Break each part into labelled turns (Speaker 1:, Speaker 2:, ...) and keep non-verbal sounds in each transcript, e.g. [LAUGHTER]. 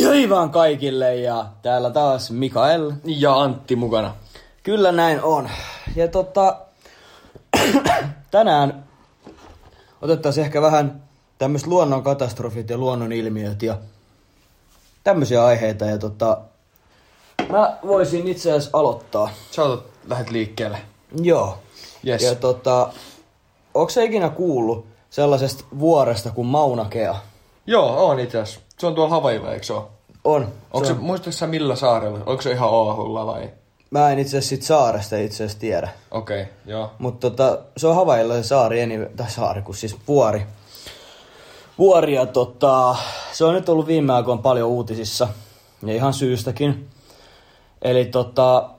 Speaker 1: Joi vaan kaikille ja täällä taas Mikael.
Speaker 2: Ja Antti mukana.
Speaker 1: Kyllä näin on. Ja tota, [CLEARS THROAT] tänään otettaisiin ehkä vähän tämmöiset luonnon katastrofit ja luonnon ilmiöt ja tämmöisiä aiheita. Ja tota, mä voisin itse asiassa aloittaa.
Speaker 2: Sä otat, lähet liikkeelle.
Speaker 1: Joo.
Speaker 2: Yes.
Speaker 1: Ja tota, onko se ikinä kuullut sellaisesta vuoresta kuin Mauna Kea?
Speaker 2: Joo, on itse asiassa. Se on tuolla Havailla, eikö se ole?
Speaker 1: On.
Speaker 2: Onko
Speaker 1: Se
Speaker 2: se,
Speaker 1: on-
Speaker 2: muistatko sä millä saarella? Onko se ihan Aahulla vai?
Speaker 1: Mä en itse asiassa sit saaresta itse asiassa tiedä.
Speaker 2: Okei, okay, joo.
Speaker 1: Mutta tota, se on Havailla se saari, eni, tai saari, kun siis vuori. Vuori ja tota, se on nyt ollut viime aikoina paljon uutisissa, ja ihan syystäkin. Eli tota,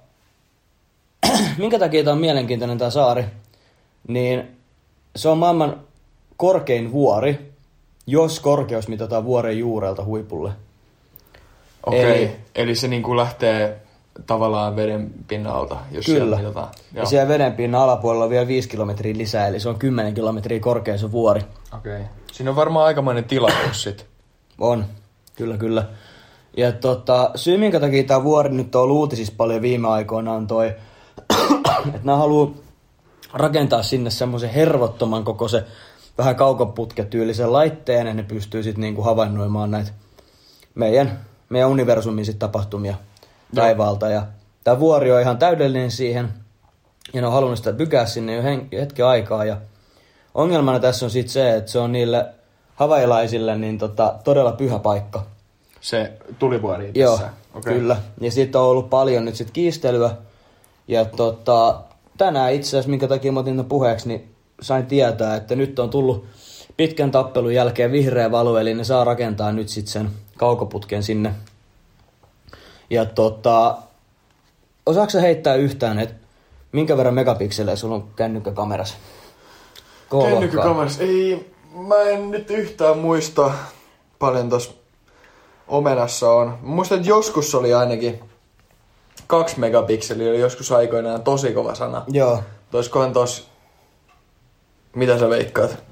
Speaker 1: [CLEARS THROAT] minkä takia tämä on mielenkiintoinen tämä saari, niin se on maailman korkein vuori, jos korkeus mitataan vuoren juurelta huipulle.
Speaker 2: Okei, okay.
Speaker 1: Eli-
Speaker 2: eli... eli se niinku lähtee tavallaan veden pinnalta, jos
Speaker 1: Kyllä.
Speaker 2: siellä mitataan.
Speaker 1: Ja
Speaker 2: Joo.
Speaker 1: siellä vedenpinnan alapuolella on vielä 5 kilometriä lisää, eli se on 10 kilometriä korkea se vuori.
Speaker 2: Okei. Okay. Siinä on varmaan aikamoinen tilaus sit.
Speaker 1: On, kyllä kyllä. Ja tota, syy minkä takia tämä vuori nyt on ollut uutisissa paljon viime aikoina on toi, [CLEARS THROAT] että nämä haluaa rakentaa sinne semmoisen hervottoman koko se vähän kaukoputketyylisen laitteen, ja ne pystyy sitten niinku havainnoimaan näitä meidän, meidän universumin sit tapahtumia taivaalta. Ja tämä vuori on ihan täydellinen siihen, ja ne on halunnut sitä pykää sinne jo hen- hetken aikaa, ja Ongelmana tässä on sitten se, että se on niille havailaisille niin tota, todella pyhä paikka.
Speaker 2: Se tulivuori itse
Speaker 1: Joo,
Speaker 2: asiassa.
Speaker 1: okay. kyllä. Ja siitä on ollut paljon nyt sitten kiistelyä. Ja tota, tänään itse asiassa, minkä takia mä otin tän puheeksi, niin sain tietää, että nyt on tullut pitkän tappelun jälkeen vihreä valo, eli ne saa rakentaa nyt sitten sen kaukoputken sinne. Ja tota, osaatko sä heittää yhtään, että minkä verran megapikselejä sulla on kännykkäkamerassa? K-luokkaa.
Speaker 2: Kännykkäkamerassa. Ei, mä en nyt yhtään muista paljon tuossa omenassa on. Mä Muistan, että joskus se oli ainakin kaksi megapikseliä, oli joskus aikoinaan tosi kova sana.
Speaker 1: Joo.
Speaker 2: Toiskohan tos... Mitä sä veikkaat?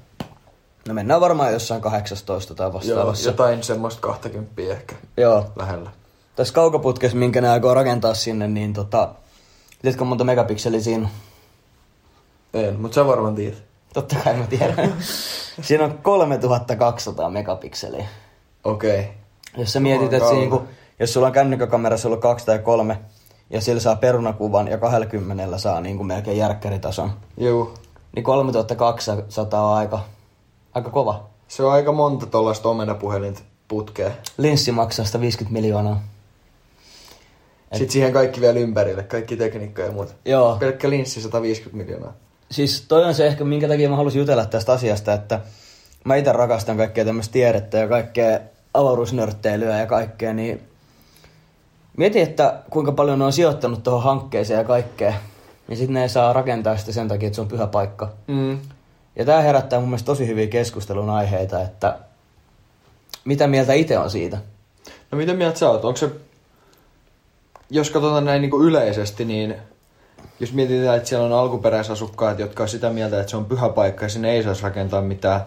Speaker 1: No mennään varmaan jossain 18 tai
Speaker 2: Joo,
Speaker 1: vastaavassa. Joo,
Speaker 2: jotain semmoista 20 ehkä
Speaker 1: Joo.
Speaker 2: lähellä.
Speaker 1: Tässä kaukoputkessa, minkä ne aikoo rakentaa sinne, niin tota... Tiedätkö monta megapikseliä siinä on?
Speaker 2: En, mutta sä varmaan tiedät.
Speaker 1: Totta kai mä tiedän. siinä on 3200 megapikseliä.
Speaker 2: Okei. Okay.
Speaker 1: Jos sä mietit, että siinä, kun, jos sulla on kännykkäkamerassa ollut kaksi tai kolme, ja sillä saa perunakuvan ja 20 saa niin kuin melkein järkkäritason,
Speaker 2: Juu.
Speaker 1: niin 3200 on aika, aika kova.
Speaker 2: Se on aika monta tollaista omenapuhelinta putkea.
Speaker 1: Linssi maksaa 150 miljoonaa.
Speaker 2: Sitten siihen kaikki vielä ympärille, kaikki tekniikka ja muuta.
Speaker 1: Joo.
Speaker 2: Pelkkä linssi 150 miljoonaa.
Speaker 1: Siis toi on se ehkä, minkä takia mä halusin jutella tästä asiasta, että mä itse rakastan kaikkea tämmöistä tiedettä ja kaikkea avaruusnörtteilyä ja kaikkea, niin mieti, että kuinka paljon ne on sijoittanut tuohon hankkeeseen ja kaikkea. Ja sitten ne ei saa rakentaa sitä sen takia, että se on pyhä paikka.
Speaker 2: Mm.
Speaker 1: Ja tämä herättää mun mielestä tosi hyviä keskustelun aiheita, että mitä mieltä itse on siitä.
Speaker 2: No mitä mieltä sä oot? Onko se, jos katsotaan näin niinku yleisesti, niin jos mietitään, että siellä on alkuperäisasukkaat, jotka on sitä mieltä, että se on pyhä paikka ja sinne ei saisi rakentaa mitään,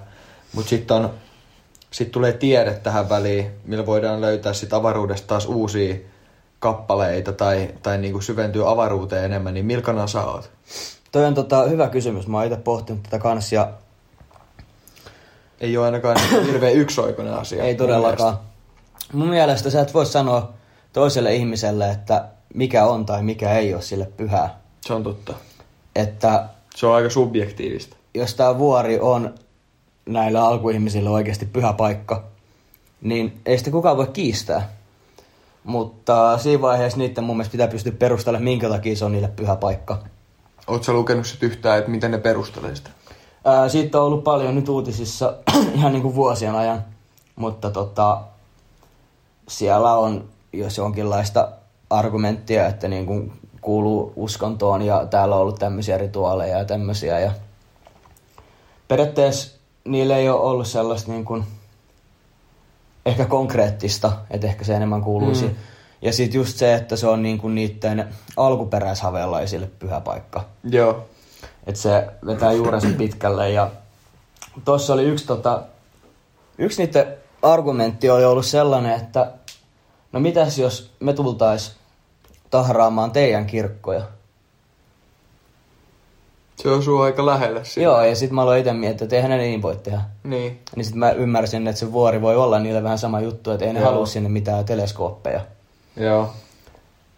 Speaker 2: mutta sitten on sitten tulee tiede tähän väliin, millä voidaan löytää sit avaruudesta taas uusia kappaleita tai, tai niinku syventyä avaruuteen enemmän, niin millä kanalla sä oot?
Speaker 1: Toi on tota, hyvä kysymys, mä oon itse pohtinut tätä kanssa ja
Speaker 2: Ei ole ainakaan niinku hirveän yksioikoinen asia.
Speaker 1: Ei todellakaan. Mun mielestä sä et voi sanoa toiselle ihmiselle, että mikä on tai mikä ei ole sille pyhää.
Speaker 2: Se on totta.
Speaker 1: Että
Speaker 2: Se on aika subjektiivista.
Speaker 1: jos tämä vuori on näillä alkuihmisillä oikeasti pyhä paikka, niin ei sitä kukaan voi kiistää. Mutta siinä vaiheessa niiden mun mielestä pitää pystyä perustelemaan, minkä takia se on niille pyhä paikka.
Speaker 2: Oletko sä lukenut sit yhtään, että miten ne perustelee sitä?
Speaker 1: Ää, siitä on ollut paljon nyt uutisissa [CLEARS THROAT] ihan niin kuin vuosien ajan, mutta tota, siellä on jos jonkinlaista argumenttia, että niin kuin kuuluu uskontoon ja täällä on ollut tämmöisiä rituaaleja ja tämmöisiä. Ja periaatteessa niillä ei ole ollut sellaista niin kuin ehkä konkreettista, että ehkä se enemmän kuuluisi. Mm. Ja sitten just se, että se on niin kuin niiden alkuperäishavelaisille pyhä paikka
Speaker 2: Joo.
Speaker 1: että se vetää juurensa pitkälle. Ja tuossa oli yksi, tota, yksi niiden argumentti oli ollut sellainen, että no mitäs jos me tultais tahraamaan teidän kirkkoja?
Speaker 2: Se osuu aika lähelle
Speaker 1: Siinä. Joo, ja sitten mä aloin itse miettiä, että eihän ne niin voi tehdä.
Speaker 2: Niin.
Speaker 1: Niin sitten mä ymmärsin, että se vuori voi olla niille vähän sama juttu, että ei ne
Speaker 2: Joo.
Speaker 1: halua sinne mitään teleskooppeja.
Speaker 2: Joo.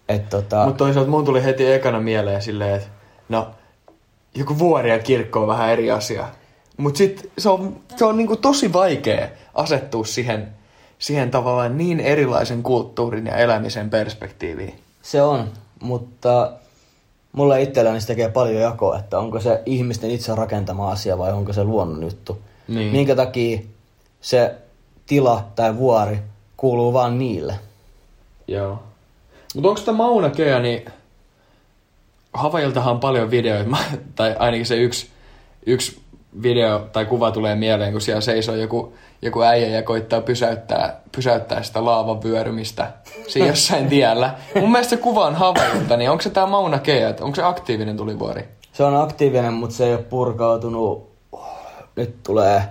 Speaker 1: Et tota,
Speaker 2: Mutta toisaalta mun tuli heti ekana mieleen silleen, että no, joku vuori ja kirkko on vähän eri asia. Mutta sit se on, se on niinku tosi vaikea asettua siihen, siihen tavallaan niin erilaisen kulttuurin ja elämisen perspektiiviin.
Speaker 1: se on, mutta mulla itselläni se tekee paljon jakoa, että onko se ihmisten itse rakentama asia vai onko se luonnon juttu.
Speaker 2: Niin.
Speaker 1: Minkä takia se tila tai vuori kuuluu vaan niille.
Speaker 2: Joo. Mutta onko tämä Mauna Kea, niin Havailtahan on paljon videoita, [LAUGHS] Mä- tai ainakin se yksi, yksi video tai kuva tulee mieleen, kun siellä seisoo joku, joku äijä ja koittaa pysäyttää, pysäyttää sitä laavan [LAUGHS] vyörymistä siinä jossain tiellä. Mun mielestä se kuva on Havailta, niin onko se tämä Mauna Kea, että onko se aktiivinen tulivuori?
Speaker 1: Se on aktiivinen, mutta se ei ole purkautunut. Nyt tulee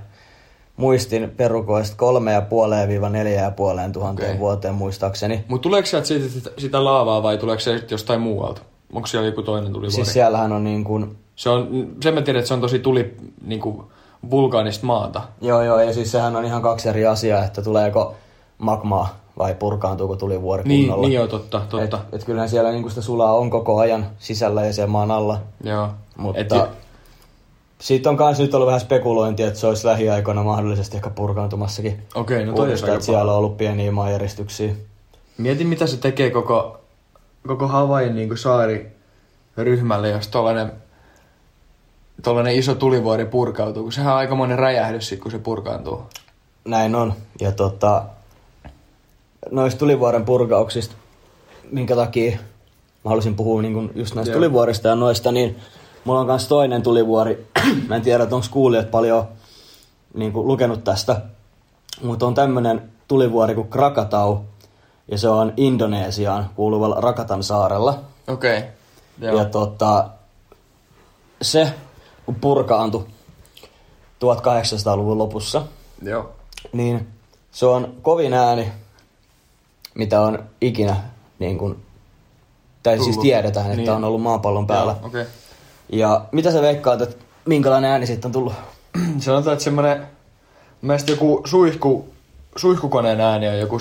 Speaker 1: muistin perukoista kolme ja puoleen viiva neljä ja puoleen tuhanteen
Speaker 2: Okei.
Speaker 1: okay. vuoteen muistaakseni.
Speaker 2: Mutta tuleeko sieltä siitä, sitä, sitä laavaa vai tuleeko se jostain muualta? Onko siellä joku toinen tulivuori?
Speaker 1: Siis siellähän on niin kuin,
Speaker 2: Se on, sen mä tiedän, että se on tosi tuli niin kuin vulkaanista maata.
Speaker 1: joo joo, ja siis sehän on ihan kaksi eri asiaa, että tuleeko magmaa vai purkaantuuko tulivuori
Speaker 2: Niin,
Speaker 1: kunnolla.
Speaker 2: niin joo, totta, totta.
Speaker 1: Et, et kyllähän siellä niin sitä sulaa on koko ajan sisällä ja siellä maan alla.
Speaker 2: joo.
Speaker 1: Mutta
Speaker 2: Et,
Speaker 1: siitä on kans nyt ollut vähän spekulointia, että se olisi lähiaikoina mahdollisesti ehkä purkaantumassakin.
Speaker 2: okei, no toi on
Speaker 1: Uudestaan,
Speaker 2: aika
Speaker 1: että siellä on ollut pieniä maanjäristyksiä.
Speaker 2: paha. Mieti, mitä se tekee koko, koko Havain niin saari ryhmälle, jos tollanen, tollanen iso tulivuori purkautuu, kun sehän on aikamoinen räjähdys sit, kun se purkaantuu.
Speaker 1: Näin on. Ja tota, noista tulivuoren purkauksista, minkä takia mä halusin puhua niin kun just näistä
Speaker 2: Joo.
Speaker 1: tulivuorista ja noista, niin mulla on myös toinen tulivuori. [CLEARS THROAT] mä en tiedä, että onko kuulijat paljon niin kun, lukenut tästä, mutta on tämmöinen tulivuori kuin Krakatau, ja se on Indonesiaan kuuluvalla Rakatan saarella.
Speaker 2: Okei. Okay.
Speaker 1: Joo. Ja tota, se kun purkaantui 1800-luvun lopussa,
Speaker 2: joo.
Speaker 1: niin se on kovin ääni, mitä on ikinä, niin kuin, tai Tullut. siis
Speaker 2: Tullut.
Speaker 1: tiedetään, että
Speaker 2: Niin.
Speaker 1: niin. on ollut maapallon päällä.
Speaker 2: Joo, Okei.
Speaker 1: Ja mitä sä veikkaat, että minkälainen ääni siitä on tullut?
Speaker 2: [CLEARS THROAT] Sanotaan, että semmonen, mun mielestä joku suihku, suihkukoneen ääni on joku 150-160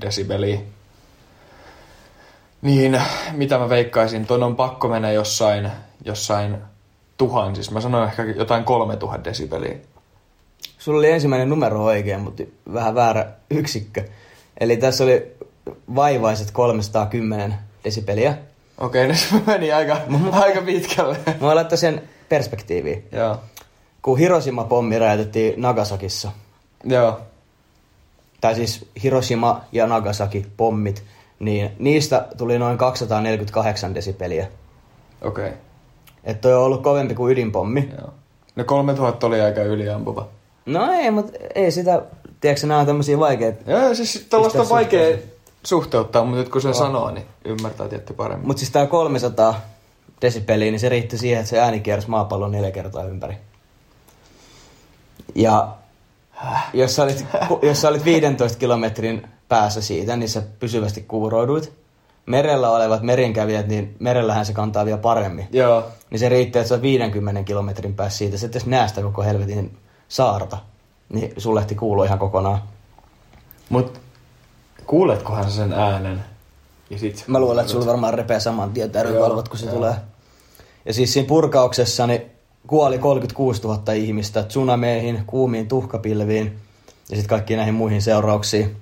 Speaker 2: desibeliä. Niin, mitä mä veikkaisin, ton on pakko mennä jossain, jossain tuhan, siis mä sanoin ehkä jotain 3000 desibeliä.
Speaker 1: Sulla oli ensimmäinen numero oikein, mutta vähän väärä yksikkö. Eli tässä oli vaivaiset 310 desibeliä.
Speaker 2: Okei, okay, se meni aika, aika pitkälle.
Speaker 1: Mä laitan sen perspektiiviin.
Speaker 2: Joo.
Speaker 1: Kun Hiroshima-pommi räjäytettiin Nagasakissa,
Speaker 2: Joo.
Speaker 1: tai siis Hiroshima ja Nagasaki pommit, niin niistä tuli noin 248 desibeliä.
Speaker 2: Okei. Okay.
Speaker 1: Että toi on ollut kovempi kuin ydinpommi.
Speaker 2: Joo. No 3000 oli aika yliampuva.
Speaker 1: No ei, mutta ei sitä, tiedätkö, nämä on tämmöisiä vaikeita.
Speaker 2: Joo, siis tällaista on
Speaker 1: Pistää
Speaker 2: vaikea suhteuttaa, mutta nyt kun se sanoo, niin ymmärtää tietty paremmin.
Speaker 1: Mutta siis tämä 300 desibeliä, niin se riitti siihen, että se ääni kiersi maapallon neljä kertaa ympäri. Ja jos sä olit, ku- jos sä olit 15 kilometrin päässä siitä, niin sä pysyvästi kuuroiduit. Merellä olevat merenkävijät, niin merellähän se kantaa vielä paremmin.
Speaker 2: Joo.
Speaker 1: niin se riittää, että sä oot 50 kilometrin päässä siitä. Sitten jos näistä koko helvetin saarta, niin sun lehti kuuluu ihan kokonaan.
Speaker 2: Mut kuuletkohan sä sen äänen? Ja sit...
Speaker 1: Mä luulen, että sulla varmaan repeää saman tien tärykalvot, kun se
Speaker 2: Joo,
Speaker 1: tulee. Ja siis siinä purkauksessa niin kuoli 36 000 ihmistä tsunameihin, kuumiin tuhkapilviin ja sitten kaikkiin näihin muihin seurauksiin.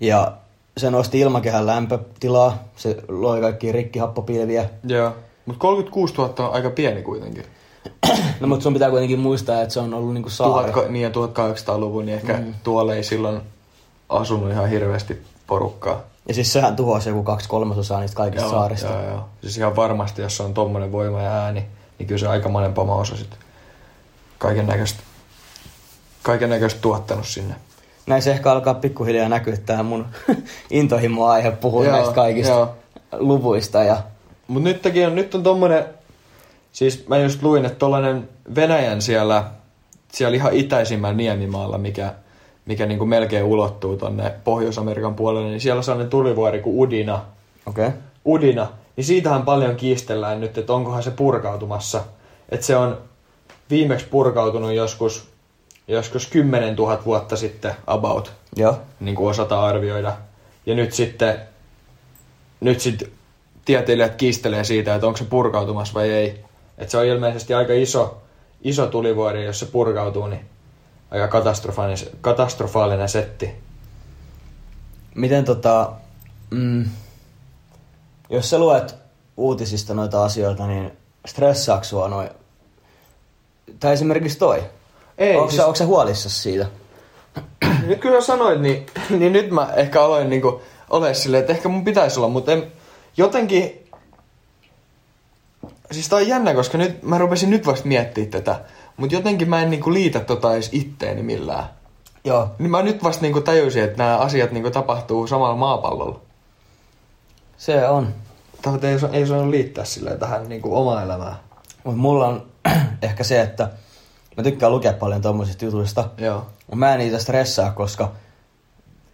Speaker 1: Ja se nosti ilmakehän lämpötilaa, se loi kaikki rikkihappopilviä, [CLEARS THROAT]
Speaker 2: Joo. Mut 36 000 on aika pieni kuitenkin.
Speaker 1: No mutta sun pitää kuitenkin muistaa, että se on ollut niinku saari.
Speaker 2: Tuhat, niin ja 1800-luvun, niin ehkä mm. tuolla ei silloin asunut ihan hirveästi porukkaa.
Speaker 1: Ja siis sehän tuhosi joku kaksi kolmasosaa niistä kaikista saarista.
Speaker 2: Joo, joo. Siis ihan varmasti, jos on tommonen voima ja ääni, niin kyllä se aikamoinen pamaosa sit kaiken näköistä kaiken näköistä tuottanut sinne.
Speaker 1: Näin se ehkä alkaa pikkuhiljaa näkyä tähän mun [LAUGHS] intohimoaihe puhua
Speaker 2: Joo,
Speaker 1: näistä kaikista
Speaker 2: joo.
Speaker 1: luvuista. Ja...
Speaker 2: Mut nyt, on, nyt on tommonen, siis mä just luin, että tollanen Venäjän siellä, siellä ihan itäisimmän niemimaalla, mikä, mikä niin kuin melkein ulottuu tonne Pohjois-Amerikan puolelle, niin siellä on sellainen tulivuori kuin Udina.
Speaker 1: Okei. Okay.
Speaker 2: Udina. Niin siitähän paljon kiistellään nyt, että onkohan se purkautumassa. Että se on viimeksi purkautunut joskus, joskus 10 000 vuotta sitten about
Speaker 1: Joo.
Speaker 2: niin kuin osata arvioida. Ja nyt sitten nyt sit tieteilijät kiistelee siitä, että onko se purkautumassa vai ei. Et se on ilmeisesti aika iso, iso tulivuori, jos se purkautuu, niin aika katastrofaalinen, katastrofaalinen setti.
Speaker 1: Miten tota... Mm, jos sä luet uutisista noita asioita, niin stressaako sua noin... Tai esimerkiksi toi.
Speaker 2: Ei,
Speaker 1: Onko
Speaker 2: siis-
Speaker 1: siis... sä huolissa siitä?
Speaker 2: Nyt kun sä sanoit, [CLEARS THROAT] niin, [CLEARS THROAT] niin nyt mä ehkä aloin niinku ole silleen, että ehkä mun pitäisi olla, mutta en, jotenkin... Siis tää on jännä, koska nyt mä rupesin nyt vasta miettiä tätä, mutta jotenkin mä en niinku liitä tota edes itteeni millään.
Speaker 1: Joo.
Speaker 2: Niin mä nyt vasta niinku tajusin, että nämä asiat niinku tapahtuu samalla maapallolla.
Speaker 1: Se on.
Speaker 2: Tai ei, sa- ei saanut liittää silleen tähän niinku omaa elämää.
Speaker 1: Mut mulla on [CLEARS THROAT] ehkä se, että mä tykkään lukea paljon tommosista jutuista.
Speaker 2: Joo.
Speaker 1: Mut Mä en niitä stressaa, koska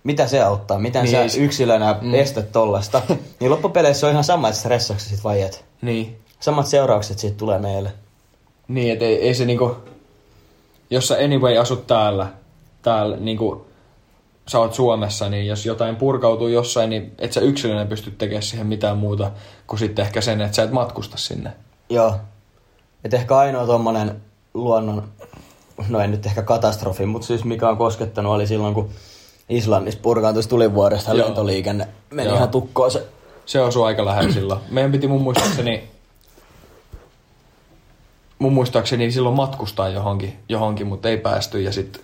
Speaker 1: mitä se auttaa? Miten
Speaker 2: Niin,
Speaker 1: niin. sä
Speaker 2: siis-
Speaker 1: yksilönä mm. estät [LAUGHS] tollasta? niin loppupeleissä on ihan sama, että stressaako sä sit vai et.
Speaker 2: Niin.
Speaker 1: Samat seuraukset siitä tulee meille.
Speaker 2: Niin, et ei, ei se niinku... Jos sä anyway asut täällä, täällä niinku sä oot Suomessa, niin jos jotain purkautuu jossain, niin et sä yksilönä pysty tekemään siihen mitään muuta kuin sitten ehkä sen, että sä et matkusta sinne.
Speaker 1: Joo. Et ehkä ainoa tommonen luonnon, no ei nyt ehkä katastrofi, mutta siis mikä on koskettanut oli silloin, kun Islannissa purkaantui tulivuoresta
Speaker 2: Joo.
Speaker 1: lentoliikenne. Meni
Speaker 2: Joo.
Speaker 1: ihan tukkoon se.
Speaker 2: Se osuu aika lähellä silloin. Meidän piti mun muistaakseni, mun muistaakseni silloin matkustaa johonkin, johonkin mutta ei päästy ja sitten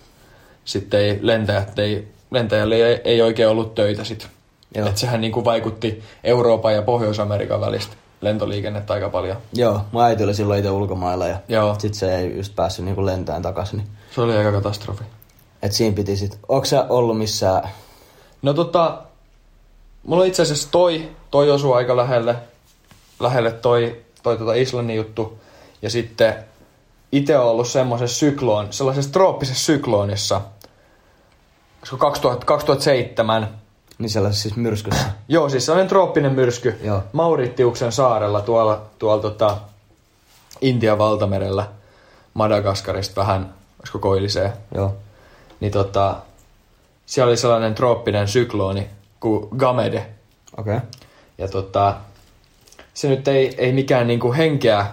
Speaker 2: sit ei lentäjät ei, lentäjälle ei, ei oikein ollut töitä sit.
Speaker 1: Joo.
Speaker 2: Et sehän niinku vaikutti Euroopan ja Pohjois-Amerikan välistä lentoliikennettä aika paljon.
Speaker 1: Joo, mun äiti oli silloin itse ulkomailla ja
Speaker 2: Joo.
Speaker 1: sit se ei just päässyt niinku lentämään takaisin. Niin.
Speaker 2: Se oli aika katastrofi.
Speaker 1: Et siinä piti sit. Onks sä ollut missään?
Speaker 2: No tota, mulla itse asiassa toi, toi osuu aika lähelle, lähelle toi, toi tota Islannin juttu. Ja sitten itse on ollut semmoisessa sykloon, sellaisessa trooppisessa sykloonissa, koska 2000, 2007,
Speaker 1: Niin sellaisessa siis
Speaker 2: [CLEARS THROAT]
Speaker 1: myrskyssä.
Speaker 2: joo siis sellainen trooppinen myrsky
Speaker 1: Joo.
Speaker 2: Mauritiuksen saarella tuolla, tuolla tota Intian valtamerellä Madagaskarista vähän, olisiko koilliseen,
Speaker 1: Joo.
Speaker 2: niin tota, siellä oli sellainen trooppinen syklooni kuin Gamede.
Speaker 1: Okei. Okay.
Speaker 2: Ja tota, se nyt ei, ei mikään niinku henkeä,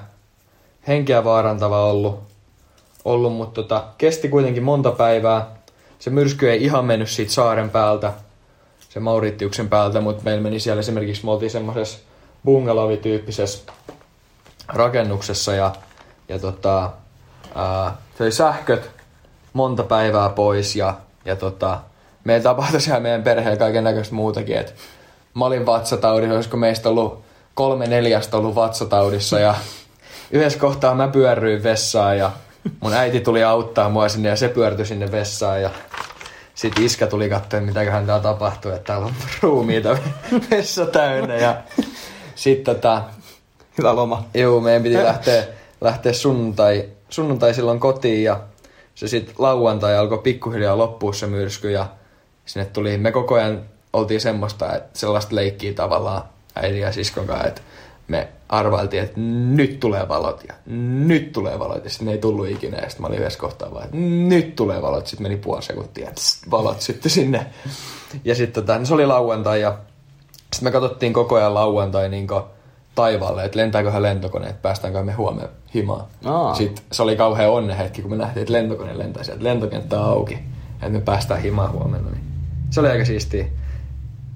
Speaker 2: henkeä vaarantava ollut, ollut mutta tota, kesti kuitenkin monta päivää. Se myrsky ei ihan mennyt siitä saaren päältä, se Mauritiuksen päältä, mutta meillä meni siellä esimerkiksi, me oltiin semmoisessa bungalovityyppisessä rakennuksessa ja, ja tota, ää, se oli sähköt monta päivää pois ja, ja tota, meillä tapahtui siellä meidän perheellä kaiken näköistä muutakin. Et mä olin vatsataudissa, olisiko meistä ollut kolme neljästä ollut vatsataudissa ja yhdessä kohtaa mä pyörryin vessaan ja mun äiti tuli auttaa mua sinne ja se pyörtyi sinne vessaan ja sitten iskä tuli katsoa, mitäköhän täällä tapahtuu, että täällä on ruumiita [LAUGHS] vessa täynnä ja sitten tota,
Speaker 1: Hyvä loma.
Speaker 2: Joo, meidän piti lähteä, lähteä sunnuntai, sunnuntai silloin kotiin ja se sitten lauantai alkoi pikkuhiljaa loppua se myrsky ja sinne tuli, me koko ajan oltiin semmoista, että sellaista leikkiä tavallaan äidin ja siskon kanssa, että me arvailtiin, että nyt tulee valot ja nyt tulee valot ja sitten ne ei tullut ikinä ja sitten mä olin yhdessä kohtaa vaan, että nyt tulee valot, sitten meni puoli sekuntia, tss, valot sitten sinne ja sitten tota, no se oli lauantai ja sitten me katsottiin koko ajan lauantai niin taivaalle, että lentääköhän lentokone, että päästäänkö me huomenna himaan.
Speaker 1: Aa.
Speaker 2: Sitten se oli kauhean onnen hetki, kun me nähtiin, että lentokone lentää sieltä, lentokenttä on auki, että me päästään himaan huomenna. Niin. Se oli aika siistiä.
Speaker 1: Mä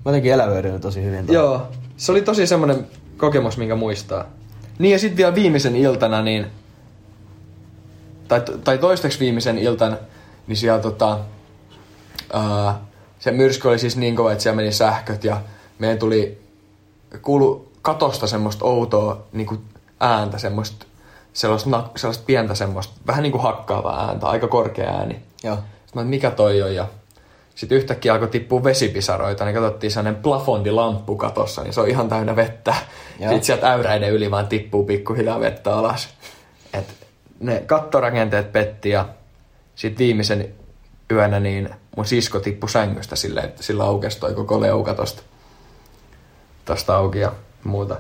Speaker 1: jotenkin elävöidyn tosi hyvin. tuolla.
Speaker 2: Joo, se oli tosi semmoinen kokemus, minkä muistaa. Niin ja sitten vielä viimeisen iltana, niin, tai, tai toisteksi viimeisen iltana, niin siellä tota, ää, se myrsky oli siis niin kova, että siellä meni sähköt ja meidän tuli, kuulu katosta semmoista outoa niin kuin ääntä, semmoista, sellaista, nak- sellaista pientä semmoista, vähän niin kuin hakkaavaa ääntä, aika korkea ääni.
Speaker 1: Joo.
Speaker 2: Sitten mä, että mikä toi on ja sitten yhtäkkiä alkoi tippua vesipisaroita, niin katsottiin sellainen plafondilamppu katossa, niin se on ihan täynnä vettä.
Speaker 1: Joo.
Speaker 2: Sitten sieltä äyräiden yli vaan tippuu pikkuhiljaa vettä alas. Et ne kattorakenteet petti ja sitten viimeisen yönä niin mun sisko tippui sängystä silleen, että sillä aukesi toi koko leuka tosta, tosta auki ja muuta.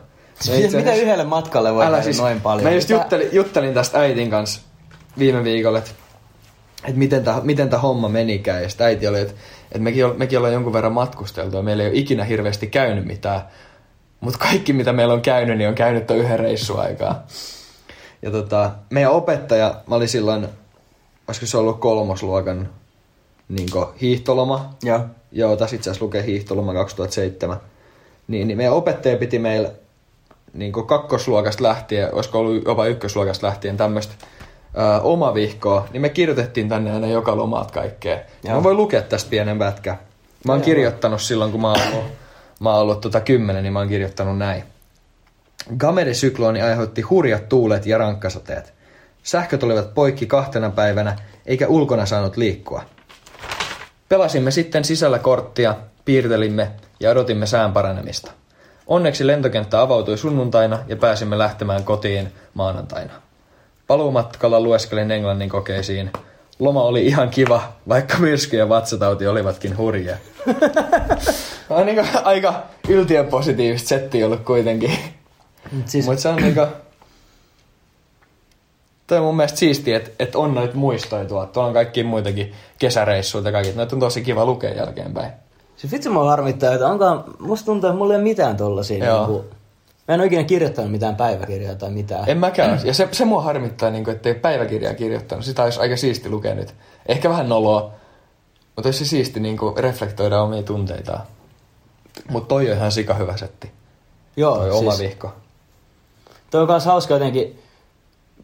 Speaker 1: No itse mitä yhdelle matkalle voi tehdä noin paljon?
Speaker 2: siis- Mä just
Speaker 1: Mitä-
Speaker 2: juttelin, juttelin tästä äitin kanssa viime viikolla, että et miten tämä miten tää homma menikään. Ja sitten äiti oli, että et mekin, ol- mekin ollaan jonkun verran matkusteltu ja meillä ei ole ikinä hirveästi käynyt mitään. Mutta kaikki mitä meillä on käynyt, niin on käynyt tuon yhden reissun aikaa. Ja tota, meidän opettaja, mä olin silloin, olisiko se ollut kolmosluokan niin hiihtoloma,
Speaker 1: Joo.
Speaker 2: Joo, tässä itse asiassa lukee hiihtoloma 2007. Niin, niin meidän opettaja piti meillä niin kakkosluokasta lähtien, olisiko ollut jopa ykkösluokasta lähtien tämmöistä oma vihkoa, niin me kirjoitettiin tänne aina joka lomat kaikkea. Ja. Mä voin lukea tästä pienen pätkän. Mä oon kirjoittanut silloin, kun mä oon ollut, mä oon ollut tota kymmenen, niin mä oon kirjoittanut näin. Gameri-syklooni aiheutti hurjat tuulet ja rankkasateet. Sähköt olivat poikki kahtena päivänä, eikä ulkona saanut liikkua. Pelasimme sitten sisällä korttia, piirtelimme ja odotimme sään paranemista. Onneksi lentokenttä avautui sunnuntaina ja pääsimme lähtemään kotiin maanantaina. Paluumatkalla lueskelin englannin kokeisiin. Loma oli ihan kiva, vaikka myrsky ja vatsatauti olivatkin hurjia. on niin aika yltiön positiivista settiä ollut kuitenkin.
Speaker 1: Mut
Speaker 2: Siis...
Speaker 1: Siis,
Speaker 2: Mutta se on niinku... Toi on mun mielestä siistiä, että et on noita muistoja tuolla. Tuolla on kaikki muitakin kesäreissuilta ja kaikki. Noita on tosi kiva lukea jälkeenpäin.
Speaker 1: se vitsi mua harmittaa, että onkaan, musta tuntuu, että mulla ei ole mitään tollasia.
Speaker 2: Joo.
Speaker 1: Niinku, mä en ole ikinä kirjoittanut mitään päiväkirjaa tai mitään.
Speaker 2: En mäkään. Ja se, se mua harmittaa, niin ettei päiväkirjaa kirjoittanut. Sitä olisi aika siisti lukea nyt. Ehkä vähän noloa, mutta olisi se siisti niin reflektoida omia tunteitaan. Mutta toi on ihan sika hyvä setti.
Speaker 1: Joo,
Speaker 2: Toi
Speaker 1: siis-
Speaker 2: oma vihko.
Speaker 1: Toi on myös hauska jotenkin,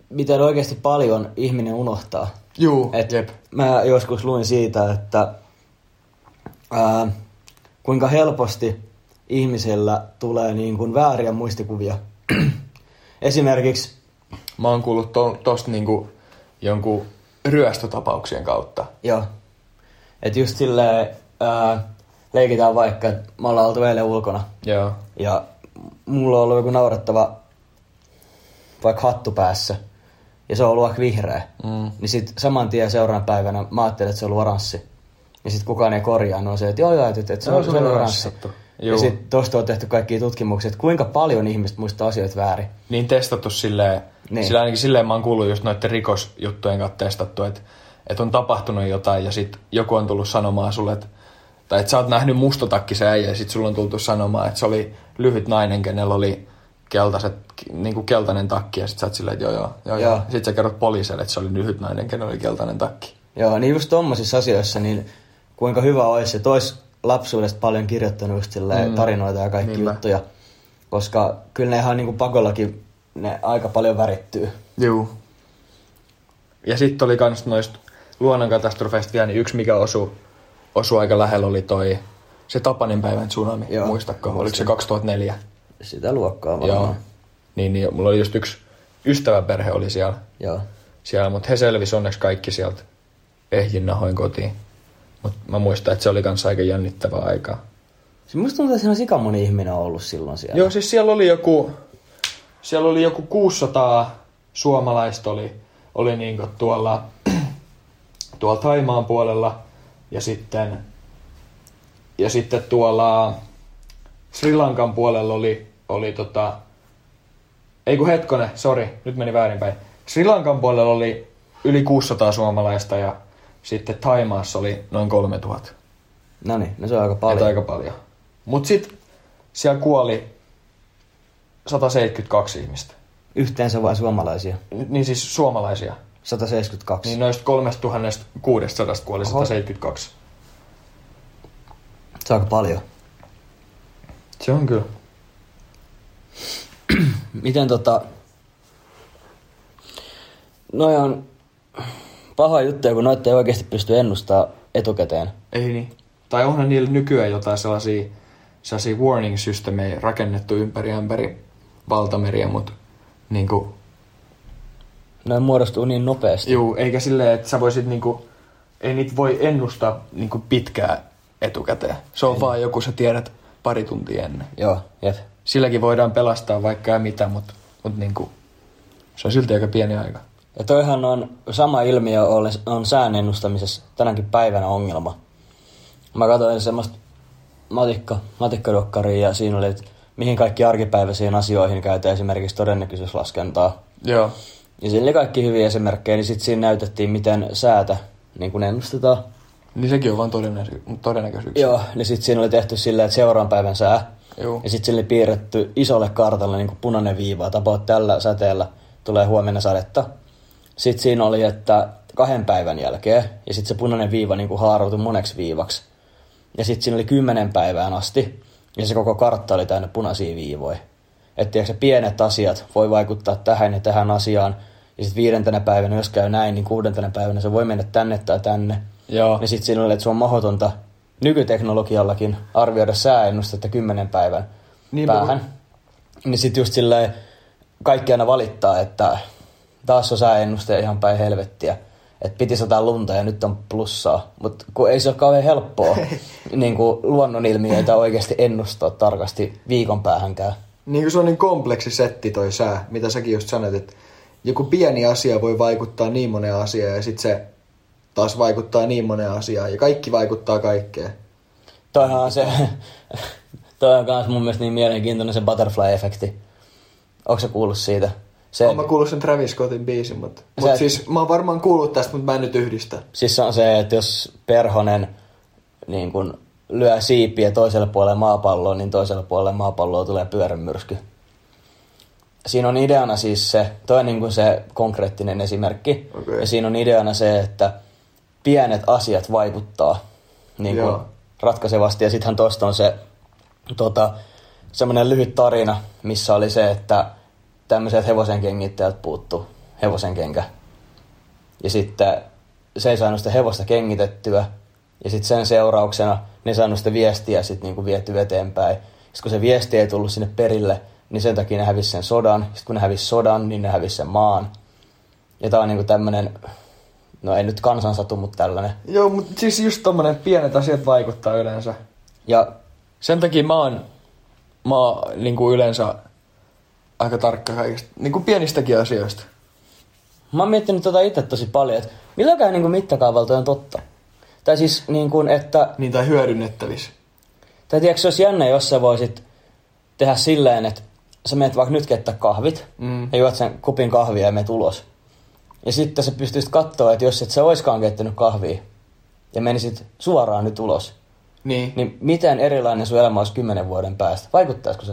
Speaker 1: miten oikeasti paljon ihminen unohtaa.
Speaker 2: Juu,
Speaker 1: Et
Speaker 2: jep.
Speaker 1: Mä joskus luin siitä, että ää, kuinka helposti ihmisellä tulee niin kuin vääriä muistikuvia. [CLEARS THROAT] Esimerkiksi,
Speaker 2: Mä oon kuullut to, tosta niinku jonkun ryöstötapauksien kautta.
Speaker 1: joo, että just silleen, ää, leikitään vaikka, että me ollaan oltu eilen ulkona
Speaker 2: Joo.
Speaker 1: Ja mulla on ollut joku naurettava vaikka hattu päässä. Ja se on ollut vaikka vihreä.
Speaker 2: Mm.
Speaker 1: Niin sit saman tien seuraavan päivänä mä ajattelin, että se on ollut oranssi. Ja sit kukaan ei korjaa, no on se, että joo joo, että, että se,
Speaker 2: Joo,
Speaker 1: on, se on oranssi.
Speaker 2: hattu.
Speaker 1: Ja
Speaker 2: Juu.
Speaker 1: sit tosta on tehty kaikki tutkimukset, että kuinka paljon ihmiset muistaa asioita väärin.
Speaker 2: Niin testattu silleen,
Speaker 1: Niin.
Speaker 2: niin. sillä ainakin silleen mä oon kuullut just noiden rikosjuttujen kautta testattu, että, että on tapahtunut jotain ja sit joku on tullut sanomaan sulle, että, tai että sä oot nähnyt mustatakkisen äijä ja sit sulla on tultu sanomaan, että se oli lyhyt nainen, kenellä oli keltaiset, niin kuin keltainen takki ja sit sä oot silleen, että joo joo,
Speaker 1: Joo.
Speaker 2: joo, joo. Sit sä kerrot poliisille, että se oli lyhyt nainen, kenellä oli keltainen takki.
Speaker 1: Joo, niin just tommosissa asioissa, niin kuinka hyvä olisi, että olisi lapsuudesta paljon kirjoittanut just silleen tarinoita ja kaikki
Speaker 2: Mm. Niinpä.
Speaker 1: juttuja. Koska kyllä ne ihan niin kuin pakollakin ne aika paljon värittyy.
Speaker 2: Joo. Ja sitten oli kans noista luonnonkatastrofeista vielä, niin yksi mikä osui osu aika lähellä oli toi se Tapanin päivän tsunami,
Speaker 1: Joo.
Speaker 2: Joo. muistatko? Oliko se 2004?
Speaker 1: Sitä luokkaa varmaan. Joo.
Speaker 2: Niin, niin, mulla oli just yksi ystäväperhe oli siellä,
Speaker 1: Joo.
Speaker 2: siellä mutta he selvisi onneksi kaikki sieltä ehjin nahoin kotiin. Mutta mä muistan, että se oli kanssa aika jännittävää aikaa.
Speaker 1: Siis musta tuntuu, että siinä on sikamoni ihminen ollut silloin siellä.
Speaker 2: Joo, siis siellä oli joku, siellä oli joku 600 suomalaista oli, oli niinku tuolla, [CLEARS THROAT] tuolla Taimaan puolella ja sitten, ja sitten tuolla Sri Lankan puolella oli, oli tota, ei kun hetkone, sori, nyt meni väärinpäin. Sri Lankan puolella oli yli 600 suomalaista ja sitten Taimaassa oli noin 3000.
Speaker 1: No niin, no se on aika
Speaker 2: Paljon.
Speaker 1: paljon.
Speaker 2: aika paljon. Mut sit siellä kuoli 172 ihmistä.
Speaker 1: Yhteensä vain suomalaisia.
Speaker 2: N- Niin siis suomalaisia.
Speaker 1: 172.
Speaker 2: Niin noista 3600 kuoli 172.
Speaker 1: Se on aika paljon.
Speaker 2: Se on kyllä.
Speaker 1: Miten tota... Noi on paha juttu, kun noita ei oikeasti pysty ennustaa etukäteen.
Speaker 2: Ei niin. Tai onhan niillä nykyään jotain sellaisia, sellaisia warning systeemejä rakennettu ympäri ämpäri valtameriä, mutta niinku,
Speaker 1: Noin muodostuu niin nopeasti.
Speaker 2: juu, eikä silleen, että sä voisit niinku, ei niitä voi ennustaa niinku pitkää etukäteen. Se on ei. vaan joku, sä tiedät pari tuntia ennen.
Speaker 1: Joo, jep.
Speaker 2: silläkin voidaan pelastaa vaikka ja mitä, mutta mut niinku, se on silti aika pieni aika.
Speaker 1: Ja toihan on sama ilmiö oli- on sään ennustamisessa tänäkin päivänä ongelma. Mä katsoin semmoista matikka, matikkaduokkaria ja siinä oli, että mihin kaikki arkipäiväisiin asioihin käytetään esimerkiksi todennäköisyyslaskentaa.
Speaker 3: Joo.
Speaker 1: Ja sillä oli kaikki hyviä esimerkkejä, niin sitten siinä näytettiin, miten säätä niin kun ennustetaan.
Speaker 3: Niin sekin on vaan todennäköisy- todennäköisyyksiä.
Speaker 1: Joo, niin sitten siinä oli tehty sillä, että seuraavan päivän sää.
Speaker 3: Joo.
Speaker 2: Niin
Speaker 1: Ja sitten sille piirretty isolle kartalle niin punainen viiva, että about tällä säteellä tulee huomenna sadetta. Sitten siinä oli, että kahden päivän jälkeen, ja sitten se punainen viiva niin haaroutui moneksi viivaksi. Ja sitten siinä oli kymmenen päivään asti, ja se koko kartta oli täynnä punaisia viivoja. Että se pienet asiat voi vaikuttaa tähän ja tähän asiaan, ja sitten viidentenä päivänä, jos käy näin, niin kuudentena päivänä se voi mennä tänne tai tänne.
Speaker 3: Joo.
Speaker 2: niin
Speaker 1: Ja sitten Niin siinä oli, että se on mahdotonta nykyteknologiallakin arvioida sääennustetta kymmenen päivän
Speaker 2: Niin,
Speaker 1: niin päähän. Niin sitten just silleen kaikki aina valittaa, että taas on sääennuste ihan päin helvettiä. Että piti sataa lunta ja nyt on plussaa. Mutta kun ei se ole kauhean helppoa niin kuin luonnonilmiöitä oikeasti ennustaa tarkasti viikon päähänkään.
Speaker 2: Niin kuin se on niin kompleksi setti toi sää, mitä säkin just sanoit, että joku pieni asia voi vaikuttaa niin moneen asiaan ja sitten se taas vaikuttaa niin moneen asiaan ja kaikki vaikuttaa kaikkeen.
Speaker 1: Toihan on se, [LAUGHS] toi on kans mun mielestä niin mielenkiintoinen se butterfly-efekti. Oletko sä kuullut siitä? Se,
Speaker 2: Oon mä kuullut sen Travis Scottin biisin, mutta mut
Speaker 1: Sä-
Speaker 2: siis mä oon varmaan kuullut tästä, mutta mä en nyt yhdistä.
Speaker 1: Siis se on se, että jos perhonen niin kun lyö siipiä toiselle puolelle maapalloa, niin toiselle puolelle maapalloa tulee pyörämyrsky. Siinä on ideana siis se, toi on niin kuin se konkreettinen esimerkki,
Speaker 2: Okei.
Speaker 1: ja siinä on ideana se, että pienet asiat vaikuttaa niin kuin
Speaker 2: Joo.
Speaker 1: ratkaisevasti. Ja sittenhän tuosta on se tota, semmoinen lyhyt tarina, missä oli se, että tämmöiset hevosen kengittäjät puuttu, hevosen kenkä. Ja sitten se ei saanut sitä hevosta kengitettyä. Ja sitten sen seurauksena ne ei saanut sitä viestiä sit niinku viety eteenpäin. Sitten kun se viesti ei tullut sinne perille, niin sen takia ne hävisi sen sodan. Sitten kun ne hävisi sodan, niin ne hävisi sen maan. Ja tää on niinku tämmönen, no ei nyt kansansatu, mutta tällainen.
Speaker 2: Joo, mutta siis just tommonen pienet asiat vaikuttaa yleensä.
Speaker 1: Ja
Speaker 3: Sen takia mä oon, mä oon niin kuin yleensä aika tarkka kaikista, niin kuin pienistäkin asioista.
Speaker 1: Mä oon miettinyt tota itse tosi paljon, että milläkään niinku mittakaavalla toi on totta. Tai siis niin kuin, että,
Speaker 2: Niin tai hyödynnettävissä.
Speaker 1: tai tiedätkö, se olisi jännä, jos sä voisit tehdä silleen, että sä menet vaikka nyt kettää kahvit
Speaker 2: Mm.
Speaker 1: ja juot sen kupin kahvia ja menet ulos. Ja sitten sä pystyisit katsoa, että jos et sä oiskaan keittänyt kahvia ja menisit suoraan nyt ulos,
Speaker 2: Niin. niin.
Speaker 1: niin miten erilainen sun elämä olisi kymmenen vuoden päästä? Vaikuttaisiko se?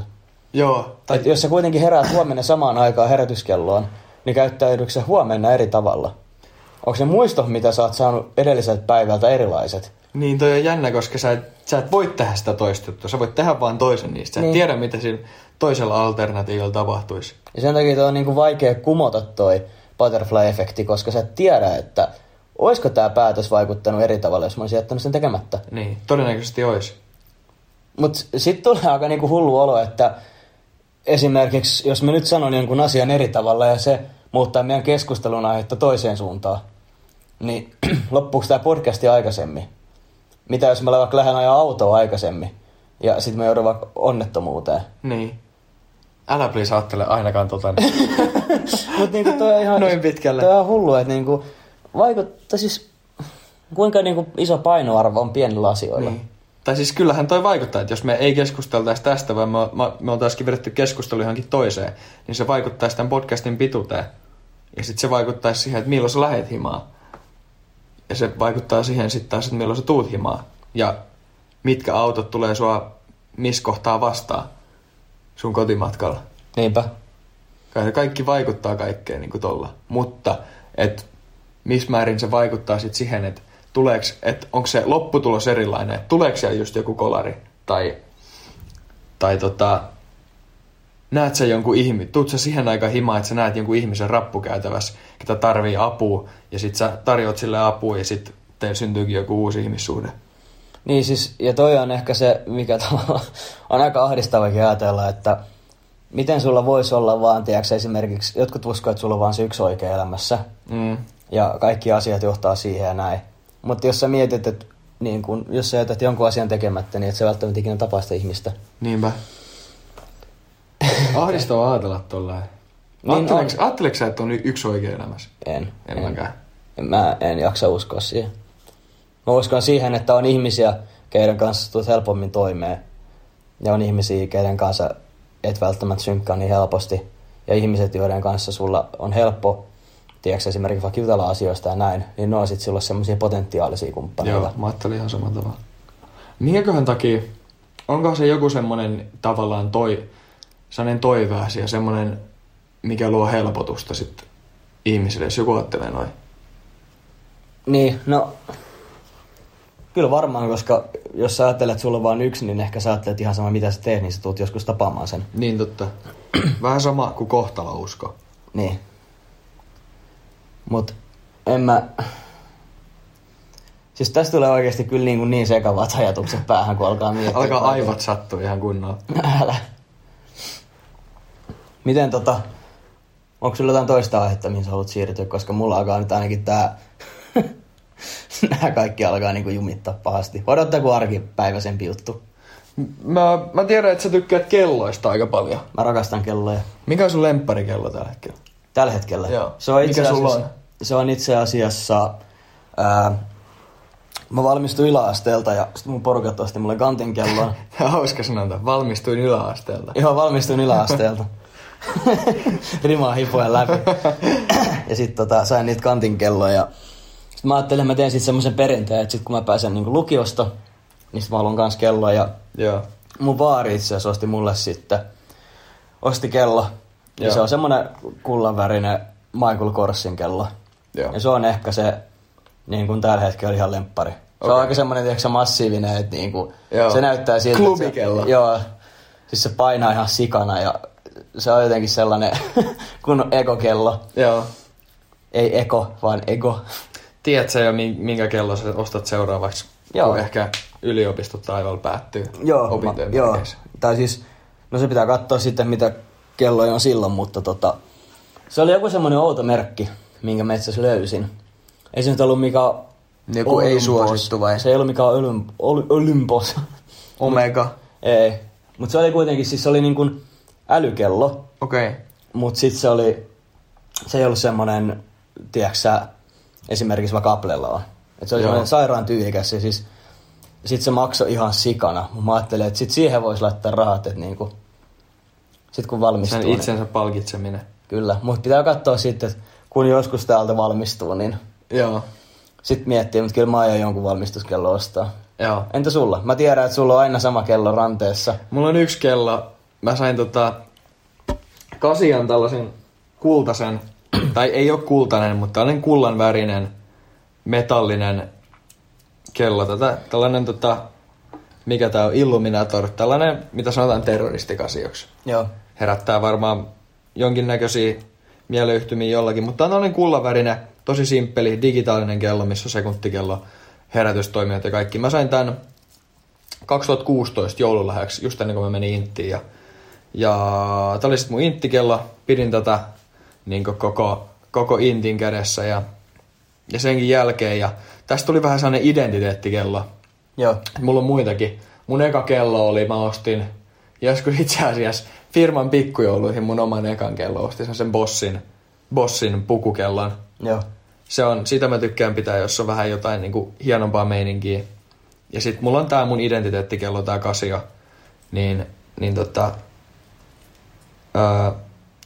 Speaker 2: Joo.
Speaker 1: Tai... Et jos sä kuitenkin heräät huomenna samaan aikaan herätyskelloon, niin käyttäydytkö sä huomenna eri tavalla? Onko se muistot, mitä sä oot saanut edelliseltä päivältä erilaiset?
Speaker 2: Niin toi on jännä, koska sä et, sä et voi tehdä sitä toista juttua. Sä voit tehdä vaan toisen niistä. Sä et
Speaker 1: Niin.
Speaker 2: tiedä, mitä sillä toisella alternatiivilla tapahtuisi.
Speaker 1: Ja sen takia toi on niinku vaikea kumota toi butterfly-efekti, koska sä et tiedä, että olisiko tämä päätös vaikuttanut eri tavalla, jos mä olisin jättänyt sen tekemättä.
Speaker 2: Niin, todennäköisesti olisi.
Speaker 1: Mutta sitten tulee aika niinku hullu olo, että esimerkiksi jos mä nyt sanon jonkun asian eri tavalla ja se muuttaa meidän keskustelun aihetta toiseen suuntaan, niin [CLEARS THROAT] loppuuko tämä podcasti aikaisemmin? Mitä jos mä vaikka lähden ajaa autoa aikaisemmin ja sitten mä joudun vaikka onnettomuuteen?
Speaker 2: [LAUGHS] Niin. Älä please ajattele ainakaan tota. [LAUGHS]
Speaker 1: Mutta niinku toi on ihan,
Speaker 2: Noin pitkälle.
Speaker 1: Toi on ihan hullu, että niinku vaikuttaa siis kuinka niinku iso painoarvo on pienillä asioilla.
Speaker 2: niin. Tai siis kyllähän toi vaikuttaa, että jos me ei keskusteltaisi tästä, vaan me, me, me oltaisiin vedetty keskustelu johonkin toiseen, niin se vaikuttaisi tämän podcastin pituuteen. Ja sitten se vaikuttaisi siihen, että milloin sä lähet himaa. Ja se vaikuttaa siihen sitten taas, että milloin sä tuut himaa. Ja mitkä autot tulee sua missä kohtaa vastaan sun kotimatkalla.
Speaker 1: Niinpä.
Speaker 2: Kai se kaikki vaikuttaa kaikkeen niin kuin tolla. Mutta et, missä määrin se vaikuttaa sit siihen, että tuleeks, et onko se lopputulos erilainen, että tuleeko siellä just joku kolari tai, tai tota, näet sä jonkun ihmisen, tuut sä siihen aikaan himaan, että sä näet jonkun ihmisen rappukäytävässä, ketä tarvii apua ja sit sä tarjoat sille apua ja sit teillä syntyykin joku uusi ihmissuhde.
Speaker 1: Niin siis, ja toi on ehkä se, mikä tavallaan on aika ahdistavakin ajatella, että miten sulla voisi olla vaan, tiedätkö, esimerkiksi jotkut uskoo, että sulla on vaan se yksi oikea elämässä
Speaker 2: Mm.
Speaker 1: ja kaikki asiat johtaa siihen ja näin. Mutta jos sä mietit, että niin kun, jos sä jätät jonkun asian tekemättä, niin et sä välttämättä ikinä
Speaker 3: [LAUGHS]
Speaker 1: tapaa sitä ihmistä.
Speaker 2: Niinpä. Ahdistavaa ajatella tollain.
Speaker 1: Niin on.
Speaker 3: Ajatteleks- Ajatteleks sä, että on y- yksi oikea elämässä?
Speaker 1: En.
Speaker 3: En
Speaker 1: en.
Speaker 3: mäkään.
Speaker 1: Mä en jaksa uskoa siihen. Mä uskon siihen, että on ihmisiä, keiden kanssa tulet helpommin toimeen. Ja on ihmisiä, keiden kanssa et välttämättä synkkää niin helposti. Ja ihmiset, joiden kanssa sulla on helppo, tiedätkö esimerkiksi vaikka jutella asioista ja näin, niin ne on sitten sulla semmoisia potentiaalisia kumppaneita.
Speaker 3: Joo, mä ajattelin ihan samalla tavalla. Niin Minkäköhän takia, onko se joku semmoinen tavallaan toi, sellainen toiveasia, semmoinen, mikä luo helpotusta sitten ihmisille, jos joku ajattelee noin.
Speaker 1: Niin, no... Kyllä varmaan, koska jos sä ajattelet, että sulla on vain yksi, niin ehkä sä ajattelet ihan sama mitä sä teet, niin sä tulet joskus tapaamaan sen.
Speaker 2: Niin totta. [CLEARS THROAT] Vähän sama kuin kohtalousko.
Speaker 1: Niin. Mut en mä... Siis tästä tulee oikeasti kyllä niin, kuin niin sekavat ajatukset päähän, kun alkaa miettiä.
Speaker 3: Alkaa
Speaker 1: kaikkea.
Speaker 3: aivot sattua ihan kunnolla.
Speaker 1: Älä. Miten tota... Onko sulla jotain toista aihetta, mihin sä haluat siirtyä? Koska mulla alkaa nyt ainakin tää... [LAUGHS] Nämä kaikki alkaa niinku jumittaa pahasti. Odottaa kuin arkipäiväisempi juttu.
Speaker 3: Mä, mä tiedän, että sä tykkäät kelloista aika paljon.
Speaker 1: Mä rakastan kelloja.
Speaker 3: Mikä on sun lempparikello tällä hetkellä? [LAUGHS]
Speaker 1: Tällä hetkellä.
Speaker 3: Joo.
Speaker 1: Se on
Speaker 3: Mikä
Speaker 1: itse
Speaker 3: sulla
Speaker 1: asiassa,
Speaker 3: on?
Speaker 1: Se on itse asiassa... Ää, mä valmistuin yläasteelta ja sit mun porukat osti mulle kantin
Speaker 3: [LAUGHS]
Speaker 1: kellon.
Speaker 3: Tää on hauska sanonta. Valmistuin yläasteelta.
Speaker 1: Joo, valmistuin
Speaker 3: [LAUGHS]
Speaker 1: yläasteelta. Rimaa hipoen läpi. ja sitten tota, sain niitä kantin kelloja. Ja... Sitten mä ajattelin, että mä teen sitten semmoisen perinteen, että sit kun mä pääsen niinku lukiosta, niin sit mä haluan kans kelloa. Ja
Speaker 3: Joo.
Speaker 1: mun vaari itse asiassa osti mulle sitten, osti kello. Ja
Speaker 3: Joo.
Speaker 1: se on semmonen kullanvärinen Michael Korsin kello.
Speaker 3: Joo.
Speaker 1: Ja se on ehkä se, niin kuin tällä hetkellä ihan lemppari. Se on
Speaker 3: Okei.
Speaker 1: aika semmonen, tiedätkö, se massiivinen, että niin kuin,
Speaker 3: Joo.
Speaker 1: se näyttää siltä. että se-
Speaker 3: Klubikello.
Speaker 1: Joo. Siis se painaa ihan sikana ja se on jotenkin sellainen [LAUGHS] kun ekokello.
Speaker 3: Joo.
Speaker 1: Ei eko, vaan ego.
Speaker 3: Tiedät sä jo, min- minkä kello sä ostat seuraavaksi,
Speaker 1: Joo.
Speaker 3: kun ehkä yliopisto taivaalla päättyy
Speaker 1: Joo, mä,
Speaker 3: opintojen
Speaker 1: joo.
Speaker 3: merkeissä.
Speaker 1: Tai siis, no se pitää katsoa sitten, mitä kelloja on silloin, mutta tota, se oli joku semmoinen outo merkki, minkä mä itse asiassa löysin. Ei se nyt ollut mikään
Speaker 2: Joku ei suosittu vai?
Speaker 1: Se ei ollut mikään olymp, oly, olympos.
Speaker 2: Omega.
Speaker 1: ei. Mutta se oli kuitenkin, siis se oli niin kuin älykello,
Speaker 2: Okei. Okay.
Speaker 1: mutta sitten se oli, se ei ollut semmoinen, tiedäksä, esimerkiksi vaikka Applella on. Et se oli
Speaker 3: Joo.
Speaker 1: semmoinen sairaan tyylikäs ja siis sit se maksoi ihan sikana. Mut Mä ajattelin, että sit siihen voisi laittaa rahat, että niinku, sit kun valmistuu.
Speaker 3: Sen
Speaker 1: niin-
Speaker 3: itsensä palkitseminen.
Speaker 1: Kyllä, mutta pitää katsoa sitten, että kun joskus täältä valmistuu, niin
Speaker 3: Joo.
Speaker 1: sit miettii, mutta kyllä mä aion jonkun valmistuskello ostaa.
Speaker 3: Joo.
Speaker 1: Entä sulla? Mä tiedän, että sulla on aina sama kello ranteessa.
Speaker 3: Mulla on yksi kello. Mä sain tota kasian tällaisen kultasen, [CLEARS THROAT] tai ei ole kultainen, mutta tällainen kullan värinen, metallinen kello. Tätä, tällainen tota, mikä tää on, Illuminator, tällainen, mitä sanotaan terroristikasioksi.
Speaker 1: Joo.
Speaker 3: Herättää varmaan jonkinnäköisiä mieleyhtymiä jollakin, mutta tää on tällainen kullanvärinen, tosi simppeli, digitaalinen kello, missä on sekuntikello, herätystoimijat ja kaikki. Mä sain tän 2016 joululahjaksi, just ennen kuin mä menin Inttiin. Ja, ja tää oli sit mun Inttikello, pidin tätä niin koko, koko Intin kädessä ja, ja senkin jälkeen. Ja tästä tuli vähän sellainen identiteettikello.
Speaker 1: Joo.
Speaker 3: Mulla on muitakin. Mun eka kello oli, mä ostin joskus itse asiassa firman pikkujouluihin mun oman ekan kello. Ostin sen- sen bossin, bossin pukukellon.
Speaker 1: Joo.
Speaker 3: Se on, sitä mä tykkään pitää, jos on vähän jotain niin kuin, hienompaa meininkiä. Ja sit mulla on tää mun identiteettikello, tää Casio. Niin, niin tota, öö,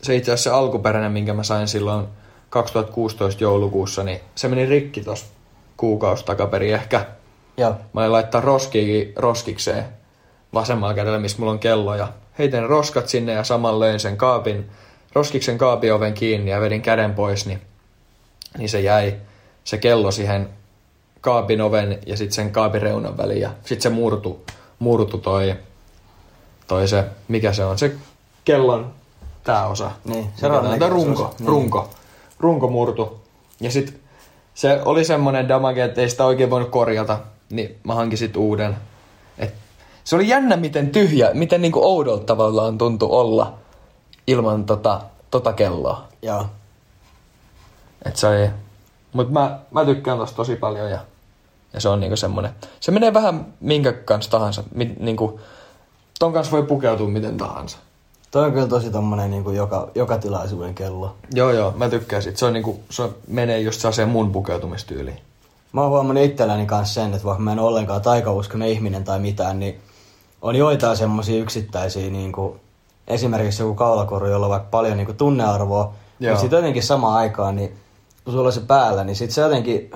Speaker 3: se itse asiassa se alkuperäinen, minkä mä sain silloin 2016 joulukuussa, niin se meni rikki tos kuukausi takaperin ehkä.
Speaker 1: Joo.
Speaker 3: Mä olin laittaa roski, roskikseen vasemmalla kädellä, missä mulla on kello. Ja heitin ne roskat sinne ja saman löin sen kaapin, roskiksen kaapioven kiinni ja vedin käden pois, niin, niin se jäi se kello siihen kaapin oven ja sitten sen kaapin reunan väliin. Ja sitten se murtu, murtu toi, toi se, mikä se on, se kellon tämä osa.
Speaker 1: Niin, se
Speaker 3: se
Speaker 1: rannekin
Speaker 3: on
Speaker 1: osuus.
Speaker 3: runko,
Speaker 1: Niin.
Speaker 3: runko, runko murtu. Ja sitten se oli semmoinen damage, että ei sitä oikein voinut korjata, niin mä hankin sit uuden. Et se oli jännä, miten tyhjä, miten niinku oudolta tavallaan tuntui olla ilman tota, tota kelloa.
Speaker 1: Joo.
Speaker 3: Et se ei... Mut mä, mä tykkään tosta tosi paljon ja, ja se on niinku semmonen... Se menee vähän minkä kanssa tahansa. Mi, niinku, ton kanssa voi pukeutua miten tahansa.
Speaker 1: Toi on kyllä tosi tommonen niinku joka, joka tilaisuuden kello.
Speaker 3: Joo, joo, mä tykkään siitä. Se, on niinku, se on- menee just sellaiseen mun pukeutumistyyliin.
Speaker 1: Mä oon huomannut itselläni kanssa sen, että vaikka mä en ole ollenkaan taikauskonen ihminen tai mitään, niin on joitain semmoisia yksittäisiä, niin kuin, esimerkiksi joku kaulakoru, jolla on vaikka paljon niin kuin, tunnearvoa,
Speaker 3: Joo.
Speaker 1: mutta sitten jotenkin samaan aikaan, niin kun sulla on se päällä, niin sit se jotenkin,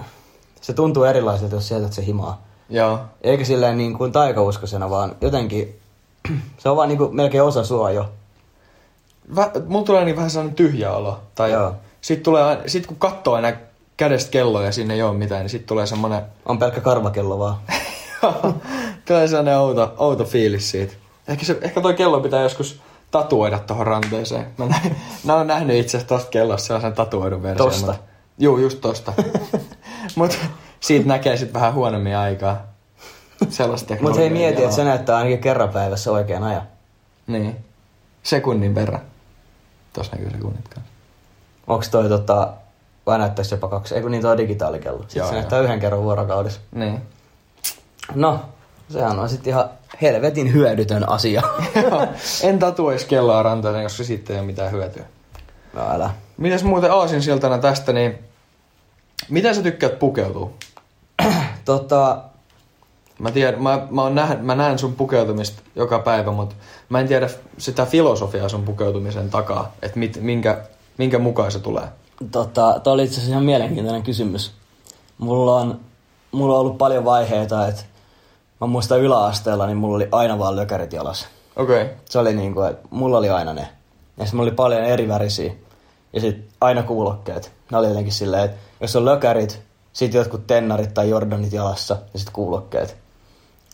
Speaker 1: se tuntuu erilaiselta, jos sieltä se himaa.
Speaker 3: Joo,
Speaker 1: Eikä silleen niin kuin taikauskosena, vaan jotenkin, [CLEARS THROAT] se on vaan niin kuin, melkein osa sua jo.
Speaker 3: Vä, mulla tulee niin vähän sellainen tyhjä olo. Tai
Speaker 1: Joo.
Speaker 3: sit, tulee, aina- sit kun katsoo aina kädestä kelloa ja siinä ei ole mitään, niin sit tulee semmoinen,
Speaker 1: On pelkkä karvakello vaan.
Speaker 3: tulee sellainen outo, outo fiilis siitä. Ehkä, se, ehkä toi kello pitää joskus tatuoida tuohon ranteeseen. Mä, näin, mä oon nähnyt itse asiassa tosta kellossa sellaisen tatuoidun version.
Speaker 1: Tosta?
Speaker 3: mut- Juu, just tosta. [LAUGHS] Mut siitä näkee sit vähän huonommin aikaa. Sellaista
Speaker 1: Mutta hei
Speaker 3: teknologiaa
Speaker 1: mieti,
Speaker 3: ei
Speaker 1: että se
Speaker 3: ole.
Speaker 1: näyttää ainakin kerran päivässä oikean ajan.
Speaker 3: Niin. Sekunnin verran. Tuossa näkyy sekunnit kanssa.
Speaker 1: Onks toi tota, vai näyttäis jopa kaksi? Eikö niin toi digitaalikello? Sitten
Speaker 3: Joo,
Speaker 1: se
Speaker 3: joo.
Speaker 1: näyttää yhden kerran vuorokaudessa.
Speaker 3: Niin.
Speaker 1: No, sehän on sitten ihan helvetin hyödytön
Speaker 3: [LAUGHS]
Speaker 1: asia.
Speaker 3: Joo, en tatuoisi kelloa rantaan, koska siitä ei ole mitään hyötyä.
Speaker 1: no älä. [CLEARS THROAT]
Speaker 3: Mitäs muuten Aasin siltana tästä, niin mitä sä tykkäät pukeutua?
Speaker 1: Tota,
Speaker 3: Mä, tiedän, mä, mä, oon nähnyt, mä näen sun pukeutumista joka päivä, mutta mä en tiedä sitä filosofiaa sun pukeutumisen takaa, että mit, minkä, minkä mukaan se tulee.
Speaker 1: Tota, toi oli itse asiassa ihan mielenkiintoinen kysymys. Mulla on, mulla on ollut paljon vaiheita, että mä muistan yläasteella, niin mulla oli aina vaan lökärit jalassa.
Speaker 3: Okei, okay.
Speaker 1: Se oli niinku, että mulla oli aina ne. Ja sitten mulla oli paljon eri värisiä. Ja sitten aina kuulokkeet. Ne oli jotenkin silleen, että jos on lökärit, sitten jotkut tennarit tai jordanit jalassa ja sitten kuulokkeet.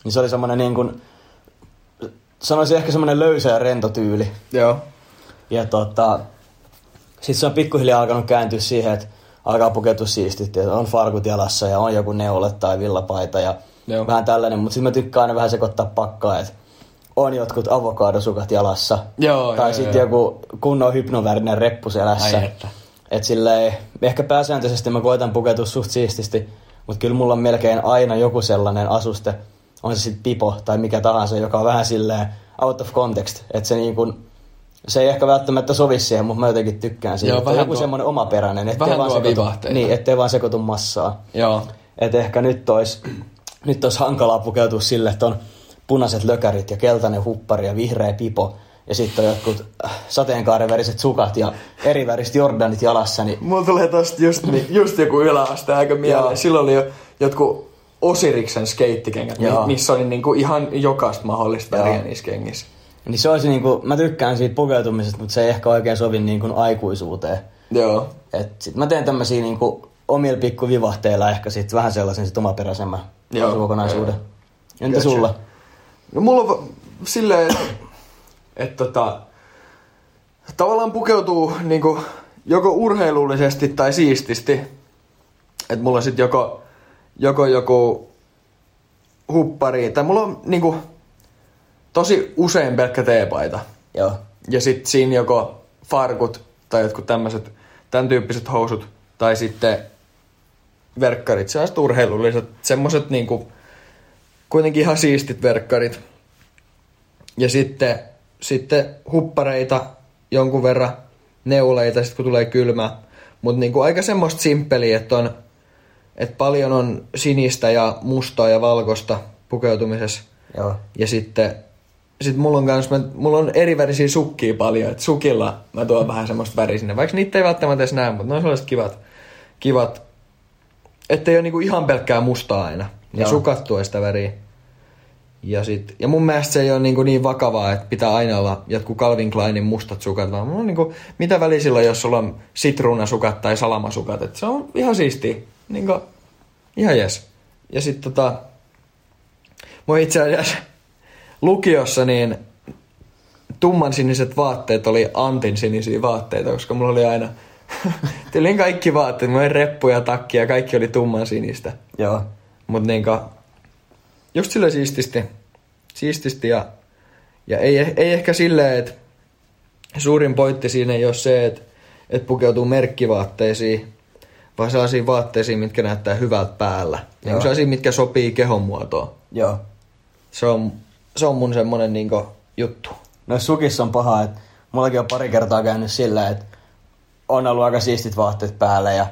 Speaker 1: Niin se oli semmonen niin kuin, sanoisin ehkä semmonen löysä ja rento tyyli.
Speaker 3: joo.
Speaker 1: Ja tota, sit se on pikkuhiljaa alkanut kääntyä siihen, että alkaa pukeutua siististi, että on farkut jalassa ja on joku neule tai villapaita ja
Speaker 3: Joo.
Speaker 1: Joo. vähän tällainen, mutta sitten mä tykkään aina vähän sekoittaa pakkaa, että on jotkut avokadosukat jalassa
Speaker 3: Joo, joo,
Speaker 1: tai sitten
Speaker 3: joo.
Speaker 1: joku kunnon hypnovärinen reppu selässä.
Speaker 3: Ai että.
Speaker 1: Et silleen, ehkä pääsääntöisesti mä koitan pukeutua suht siististi, mutta kyllä mulla on melkein aina joku sellainen asuste, on se sitten pipo tai mikä tahansa, joka on vähän silleen out of context. Että se, niin kun, se ei ehkä välttämättä sovi siihen, mutta mä jotenkin tykkään siitä.
Speaker 3: Joo,
Speaker 1: Joo,
Speaker 3: vähän
Speaker 1: joku
Speaker 3: tuo-
Speaker 1: semmoinen omaperäinen, ettei
Speaker 3: vähän
Speaker 1: vaan,
Speaker 3: tuo
Speaker 1: sekoitu,
Speaker 3: vivahteita.
Speaker 1: niin, ettei vaan sekoitu massaan.
Speaker 3: Joo,
Speaker 1: Et ehkä nyt olisi nyt ois hankalaa pukeutua sille, että on punaiset lökärit ja keltainen huppari ja vihreä pipo ja sitten on jotkut äh, sateenkaariväriset sukat ja eri väriset Jordanit jalassa, niin
Speaker 3: Mulla tulee tosta just, ni- just joku yläaste aika mieleen.
Speaker 1: Joo.
Speaker 3: Silloin oli jo jotkut Osiriksen skeittikengät, mi-
Speaker 1: Joo.
Speaker 3: missä oli niinku ihan jokaista mahdollista väriä
Speaker 1: Joo.
Speaker 3: niissä kengissä.
Speaker 1: Niin se olisi niinku, mä tykkään siitä pukeutumisesta, mutta se ei ehkä oikein sovi niinku aikuisuuteen.
Speaker 3: Joo.
Speaker 1: Et sit mä teen tämmösiä niinku omilla pikkuvivahteilla ehkä sit vähän sellaisen sit omaperäisemmän
Speaker 3: Joo.
Speaker 1: kokonaisuuden.
Speaker 3: Joo.
Speaker 1: Entä
Speaker 3: Gotcha.
Speaker 1: sulla?
Speaker 3: No mulla on va- silleen, että et tota, tavallaan pukeutuu niinku joko urheilullisesti tai siististi. Että mulla on sit joko, joko joku huppari, tai mulla on niinku tosi usein pelkkä teepaita.
Speaker 1: Joo.
Speaker 3: Ja sitten siinä joko farkut tai jotkut tämmöiset, tämän tyyppiset housut tai sitten verkkarit, sellaiset urheilulliset, semmoiset niinku, kuitenkin ihan siistit verkkarit. Ja sitten, sitten huppareita jonkun verran, neuleita sitten kun tulee kylmä. Mutta niinku aika semmoista simppeliä, että on, et paljon on sinistä ja mustaa ja valkoista pukeutumisessa.
Speaker 1: Joo.
Speaker 3: Ja sitten sit mulla on kans, mä, mulla on eri värisiä sukkia paljon, että sukilla mä tuon vähän semmoista väriä sinne, vaikka niitä ei välttämättä edes näe, mutta ne on sellaiset kivat, kivat ettei ole niinku ihan pelkkää mustaa aina. Ja
Speaker 1: Joo.
Speaker 3: sukat tuo sitä väriä. Ja, sit, ja mun mielestä se ei ole niinku niin vakavaa, että pitää aina olla jotkut Calvin Kleinin mustat sukat, vaan mulla on niinku, mitä väliä sillä on, jos sulla on sitruunasukat tai salamasukat, että se on ihan siistiä. Niinku, ihan jes. Ja sitten tota, Moi itse asiassa lukiossa niin tumman siniset vaatteet oli Antin sinisiä vaatteita, koska mulla oli aina [LAUGHS] tylin kaikki vaatteet, mulla oli reppuja, takkia, kaikki oli tumman sinistä.
Speaker 1: Joo.
Speaker 3: Mut niinkä, just sillä siististi. Siististi ja, ja ei, eh-, ei ehkä silleen, että suurin pointti siinä ei ole se, että, että pukeutuu merkkivaatteisiin, vaan sellaisiin vaatteisiin, mitkä näyttää hyvältä päällä. Niin
Speaker 1: Joo.
Speaker 3: sellaisiin, mitkä sopii kehon muotoon.
Speaker 1: Joo.
Speaker 3: Se on, se on mun semmonen niinku juttu.
Speaker 1: No sukissa on paha, että mullakin on pari kertaa käynyt sillä, että on ollut aika siistit vaatteet päällä ja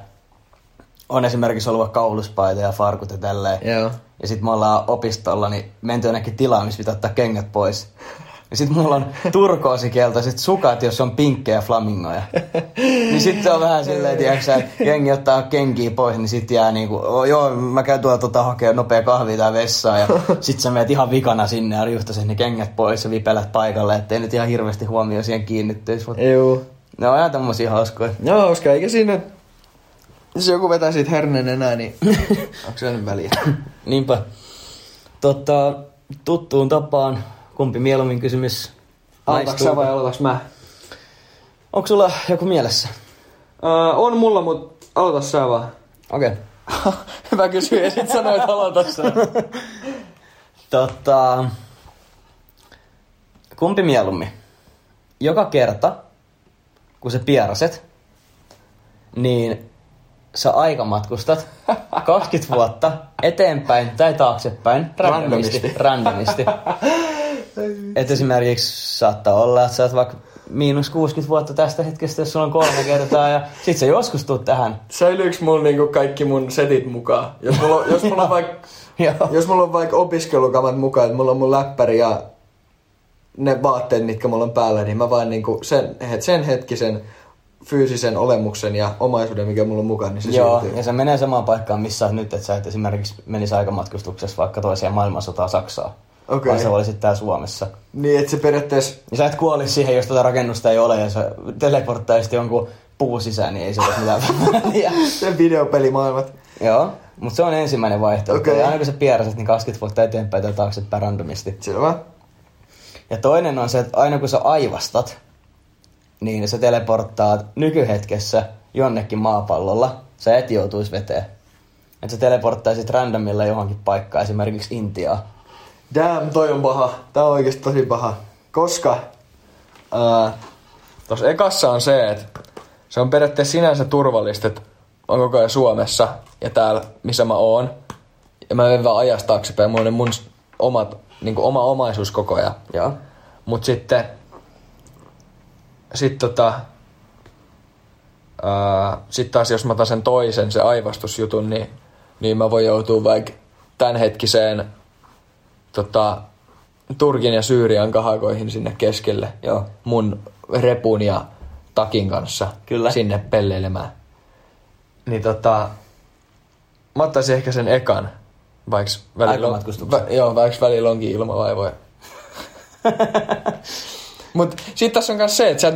Speaker 1: on esimerkiksi ollut vaikka kauluspaita ja farkut ja tälleen.
Speaker 2: Joo.
Speaker 1: Ja sit me ollaan opistolla, niin menty jonnekin tilaan, missä pitää ottaa kengät pois. Ja sit mulla on turkoosikieltaiset sukat, jos on pinkkejä flamingoja. niin sit se on vähän silleen, tiiäksä, että jengi ottaa kenkiä pois, niin sit jää niinku, "Oo, joo, mä käyn tuolla tota hakea nopea kahvia tai vessaa. Ja sit sä menet ihan vikana sinne ja riuhtaset ne kengät pois ja vipelät paikalle, ettei nyt ihan hirveästi huomio siihen kiinnittyisi. Mut
Speaker 2: Joo.
Speaker 1: ne on ihan tämmösiä hauskoja.
Speaker 2: No hauska, eikä siinä... Jos joku vetää siitä herneen enää,
Speaker 3: [LAUGHS]
Speaker 2: niin onko se nyt väliä?
Speaker 1: Niinpä. Totta, tuttuun tapaan, kumpi mieluummin kysymys
Speaker 3: Aloitaks sä
Speaker 1: maistuu.
Speaker 3: vai aloitaks mä?
Speaker 1: Onko sulla joku mielessä?
Speaker 3: Öö, on mulla, mut aloita sä vaan.
Speaker 1: Okei. Okay.
Speaker 2: [LAUGHS] Hyvä kysyä, ja sit sanoit aloita sen.
Speaker 1: Totta, Tota, kumpi mieluummin? Joka kerta, kun sä pieraset, niin sä aikamatkustat [LAUGHS] 20 vuotta eteenpäin tai taaksepäin. Randomisti. Randomisti. Et esimerkiksi saattaa olla, että sä oot vaikka miinus 60 vuotta tästä hetkestä, jos sulla on kolme kertaa ja sit sä joskus tuut tähän.
Speaker 2: Säilyyks mulla niinku kaikki mun setit mukaan? Jos mulla, on-
Speaker 1: [LAUGHS]
Speaker 2: jos mulla on vaikka...
Speaker 1: Joo.
Speaker 2: Jos mulla on vaikka opiskelukamat mukaan, että mulla on mun läppäri ja ne vaatteet, mitkä mulla on päällä, niin mä vaan niinku sen, het- sen hetkisen fyysisen olemuksen ja omaisuuden, mikä mulla on mukaan, niin se
Speaker 1: Joo,
Speaker 2: siirtyy.
Speaker 1: ja se menee samaan paikkaan, missä oot nyt, että sä et esimerkiksi menisi aikamatkustuksessa vaikka toiseen maailmansotaan Saksaa.
Speaker 2: Okei.
Speaker 1: Vaan sä olisit täällä Suomessa.
Speaker 2: Niin, että se periaatteessa...
Speaker 1: Niin sä et kuolisi siihen, jos tätä rakennusta ei ole, ja sä teleporttaisit jonkun puun sisään, niin ei se ole mitään väliä.
Speaker 2: Se videopelimaailmat.
Speaker 1: [LAUGHS] Joo, mutta se on ensimmäinen vaihtoehto.
Speaker 2: Okei.
Speaker 1: Okay. Aina kun sä pieräset, niin 20 vuotta eteenpäin tai taaksepäin randomisti.
Speaker 2: Selvä.
Speaker 1: Ja toinen on se, että aina kun sä aivastat, niin sä teleporttaat nykyhetkessä jonnekin maapallolla. Sä et joutuisi veteen. Että sä teleporttaisit randomilla johonkin paikkaan, esimerkiksi Intiaan.
Speaker 2: Damn, toi on paha. Tää on oikeesti tosi paha. Koska... Ää, tossa ekassa on se, että se on periaatteessa sinänsä turvallista, että on koko ajan Suomessa ja täällä, missä mä oon. Ja mä menen vaan ajasta taaksepäin. Mulla on ne mun s- omat, niin oma omaisuus koko ajan.
Speaker 1: Joo.
Speaker 2: Mut sitten... Sit tota... Ää, sit taas jos mä otan sen toisen, se aivastusjutun, niin, niin mä voin joutua vaikka tämänhetkiseen tota, Turkin ja Syyrian kahakoihin sinne keskelle.
Speaker 1: Joo.
Speaker 2: Mun repun ja takin kanssa
Speaker 1: Kyllä.
Speaker 2: sinne pelleilemään. Niin tota, mä ottaisin ehkä sen ekan, vaikka välillä, on,
Speaker 1: Aikamatkustuksen.
Speaker 2: vä, joo, vaikka välillä onkin ilmavaivoja. Mut sit tässä on myös se, että sä,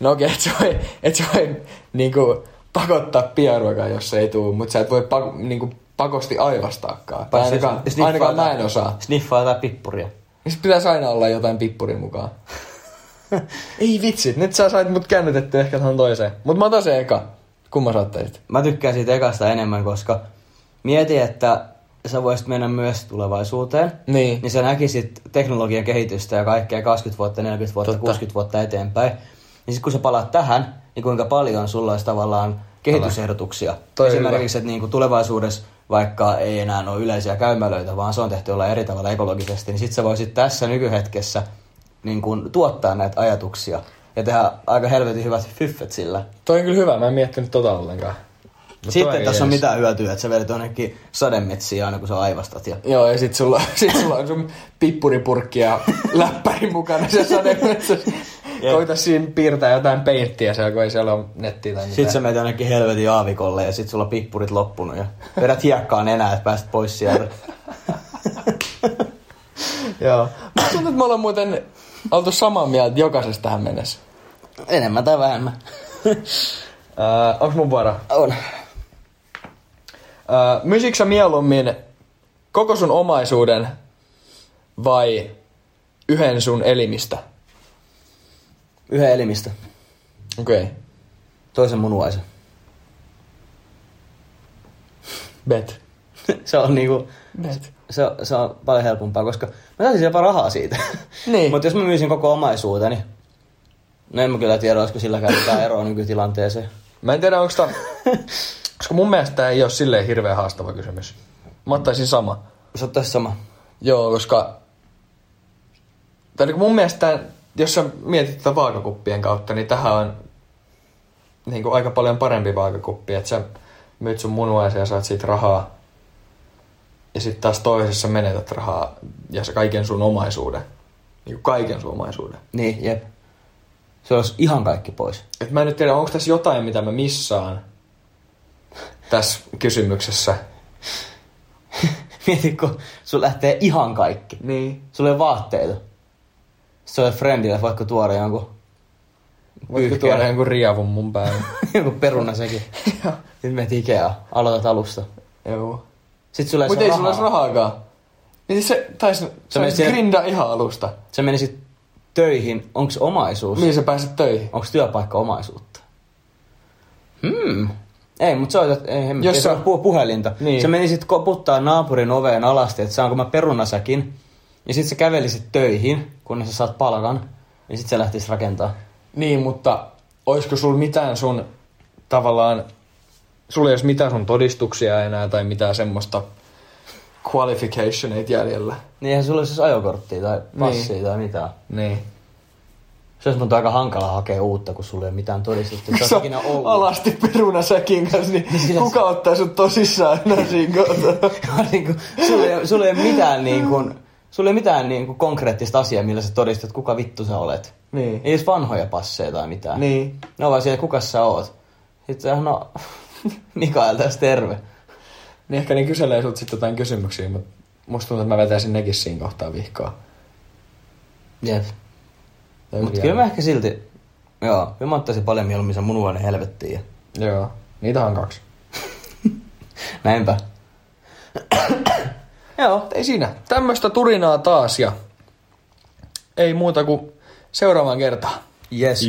Speaker 2: no okei, et sä voi, et sä voi niinku, pakottaa piaruakaan, jos se ei tuu, mutta sä et voi pak, niinku, pakosti aivastaakaan. Tai
Speaker 1: Paitsi
Speaker 2: ainakaan,
Speaker 1: jos sniffaa
Speaker 2: ainakaan mä
Speaker 1: jotain-
Speaker 2: en osaa.
Speaker 1: Sniffaa jotain pippuria.
Speaker 2: Sitten pitäisi aina olla jotain pippurin [LAUGHS] mukaan. ei vitsi, nyt sä sait mut käännytetty ehkä tähän toiseen. Mut mä otan sen eka. Kumman sä ottaisit?
Speaker 1: Mä tykkään siitä ekasta enemmän, koska mieti, että sä voisit mennä myös tulevaisuuteen.
Speaker 2: Niin.
Speaker 1: Niin sä näkisit teknologian kehitystä ja kaikkea 20 vuotta, 40 vuotta,
Speaker 2: Totta.
Speaker 1: 60 vuotta eteenpäin. Niin sit kun sä palaat tähän, niin kuinka paljon sulla olisi tavallaan kehitysehdotuksia.
Speaker 2: Toi on
Speaker 1: Esimerkiksi, että niin kuin tulevaisuudessa vaikka ei enää ole yleisiä käymälöitä, vaan se on tehty olla eri tavalla ekologisesti, niin sit sä voisit tässä nykyhetkessä niin kuin tuottaa näitä ajatuksia ja tehdä aika helvetin hyvät fyffet sillä.
Speaker 2: Toi on kyllä hyvä, mä en miettinyt tota ollenkaan.
Speaker 1: No Sitten
Speaker 2: No toi
Speaker 1: tässä on
Speaker 2: jees.
Speaker 1: mitään hyötyä, että sä vedät jonnekin sademetsiin aina kun sä aivastat. Ja...
Speaker 2: Joo, ja sit sulla, [LAUGHS] sit sulla on sun pippuripurkki ja [LAUGHS] läppäri mukana se sademetsässä.
Speaker 1: Jep.
Speaker 2: Koita siinä piirtää jotain peittiä siellä, kun ei siellä ole nettiä tai mitään.
Speaker 1: Sitten sä menet jonnekin helvetin aavikolle ja sit sulla on pippurit loppunut ja vedät hiekkaan enää, että pääset pois sieltä.
Speaker 2: Joo. Mä tuntuu, että me ollaan muuten oltu samaa mieltä jokaisesta tähän mennessä.
Speaker 1: Enemmän tai vähemmän.
Speaker 2: Öö, onks mun vuoro?
Speaker 1: On.
Speaker 2: Öö, mysitkö sä mieluummin koko sun omaisuuden vai yhden sun elimistä?
Speaker 1: Yhden elimistä,
Speaker 2: Okei. Okay.
Speaker 1: toisen munuaisen.
Speaker 2: Bet.
Speaker 1: [LAUGHS] se on niinku,
Speaker 2: Bet.
Speaker 1: se, on- se on paljon helpompaa, koska mä saisin jopa rahaa [LAUGHS] siitä.
Speaker 2: Niin.
Speaker 1: Mutta jos mä myisin koko omaisuuteni, no en mä kyllä tiedä, olisiko sillä mitään eroa nykytilanteeseen.
Speaker 2: Mä en tiedä, onko [LAUGHS] tää... Koska mun mielestä tää ei ole silleen hirveän haastava kysymys. Mä ottaisin sama.
Speaker 1: Se on tässä sama.
Speaker 2: Joo, koska... Tai niinku mun mielestä tän- jos sä mietit tätä vaakakuppien kautta, niin tähän on niin kuin aika paljon parempi vaakakuppi, että sä myyt sun munuaisen ja saat siitä rahaa. Ja sitten taas toisessa menetät rahaa ja sä kaiken sun omaisuuden. Niin kuin kaiken sun omaisuuden.
Speaker 1: Niin, jep. Se olisi ihan kaikki pois.
Speaker 2: Et mä en nyt tiedä, onko tässä jotain, mitä mä missaan tässä kysymyksessä.
Speaker 1: Mieti, kun sun lähtee ihan kaikki.
Speaker 2: Niin.
Speaker 1: Sulla ei ole vaatteita. Se on friendille vaikka tuoda jonkun, [LAUGHS]
Speaker 2: Voitko
Speaker 1: Pyyhkeä.
Speaker 2: tuoda jonkun riavun mun päälle?
Speaker 1: jonkun peruna sekin. Sitten menet Ikeaa, aloitat alusta.
Speaker 2: [LAUGHS] Joo.
Speaker 1: Sitten sulla ei
Speaker 2: Mutta
Speaker 1: saa
Speaker 2: ei
Speaker 1: rahaa.
Speaker 2: sulla olisi rahaakaan. Niin siis se taisi sä
Speaker 1: menet
Speaker 2: menet
Speaker 1: siellä-
Speaker 2: grinda ihan alusta.
Speaker 1: Sä menisit töihin, onko omaisuus?
Speaker 2: Mihin sä pääset töihin?
Speaker 1: Onko työpaikka omaisuutta? Hmm. Ei, mutta soitat, ei, hemmet,
Speaker 2: Jos
Speaker 1: ei
Speaker 2: sä-
Speaker 1: saa pu- puhelinta. Niin.
Speaker 2: Niin.
Speaker 1: Sä menisit koputtaa naapurin oveen alasti, että saanko mä perunasäkin. Ja sit sä kävelisit töihin, kunnes sä saat palkan. Ja sit sä lähtisit rakentaa.
Speaker 2: Niin, mutta olisiko sulla mitään sun tavallaan, sulla ei olisi mitään sun todistuksia enää tai mitään semmoista qualificationeit jäljellä.
Speaker 1: Niin eihän sulla olisi siis ajokorttia tai passia niin.
Speaker 2: Niin.
Speaker 1: tai mitään.
Speaker 2: Niin.
Speaker 1: Se olisi mun aika hankala hakea uutta, kun sulla ei ole mitään todistusta. Se
Speaker 2: Sä
Speaker 1: on ikinä ollut.
Speaker 2: alasti perunasäkin kanssa, niin
Speaker 1: sillä-
Speaker 2: kuka ottaa sut tosissaan enää siinä kohtaa?
Speaker 1: [LAUGHS] niin kuin, sulla, ei, sulla ei ole mitään, niin kuin, sulla ei ole mitään niin kuin, konkreettista asiaa, millä sä todistat, kuka vittu sä olet.
Speaker 2: Niin.
Speaker 1: Ei edes vanhoja passeja tai mitään.
Speaker 2: Niin.
Speaker 1: Ne on vaan siellä, kuka sä oot. Sitten no, [LAUGHS] Mikael tässä terve.
Speaker 2: [LAUGHS] Niin ehkä ne kyselee sut sitten jotain kysymyksiä, mutta musta tuntuu, että mä vetäisin nekin siinä kohtaa vihkaa.
Speaker 1: Jep.
Speaker 2: Tai
Speaker 1: Mutta
Speaker 2: yliä-
Speaker 1: kyllä mä ehkä silti, joo, kyllä mä ottaisin paljon mieluummin sen munuainen helvettiin. ja
Speaker 2: Joo, niitä on kaksi.
Speaker 1: Näinpä.
Speaker 2: Joo, ei siinä. Tämmöistä turinaa taas ja ei muuta kuin seuraavaan kertaan.
Speaker 1: Yes.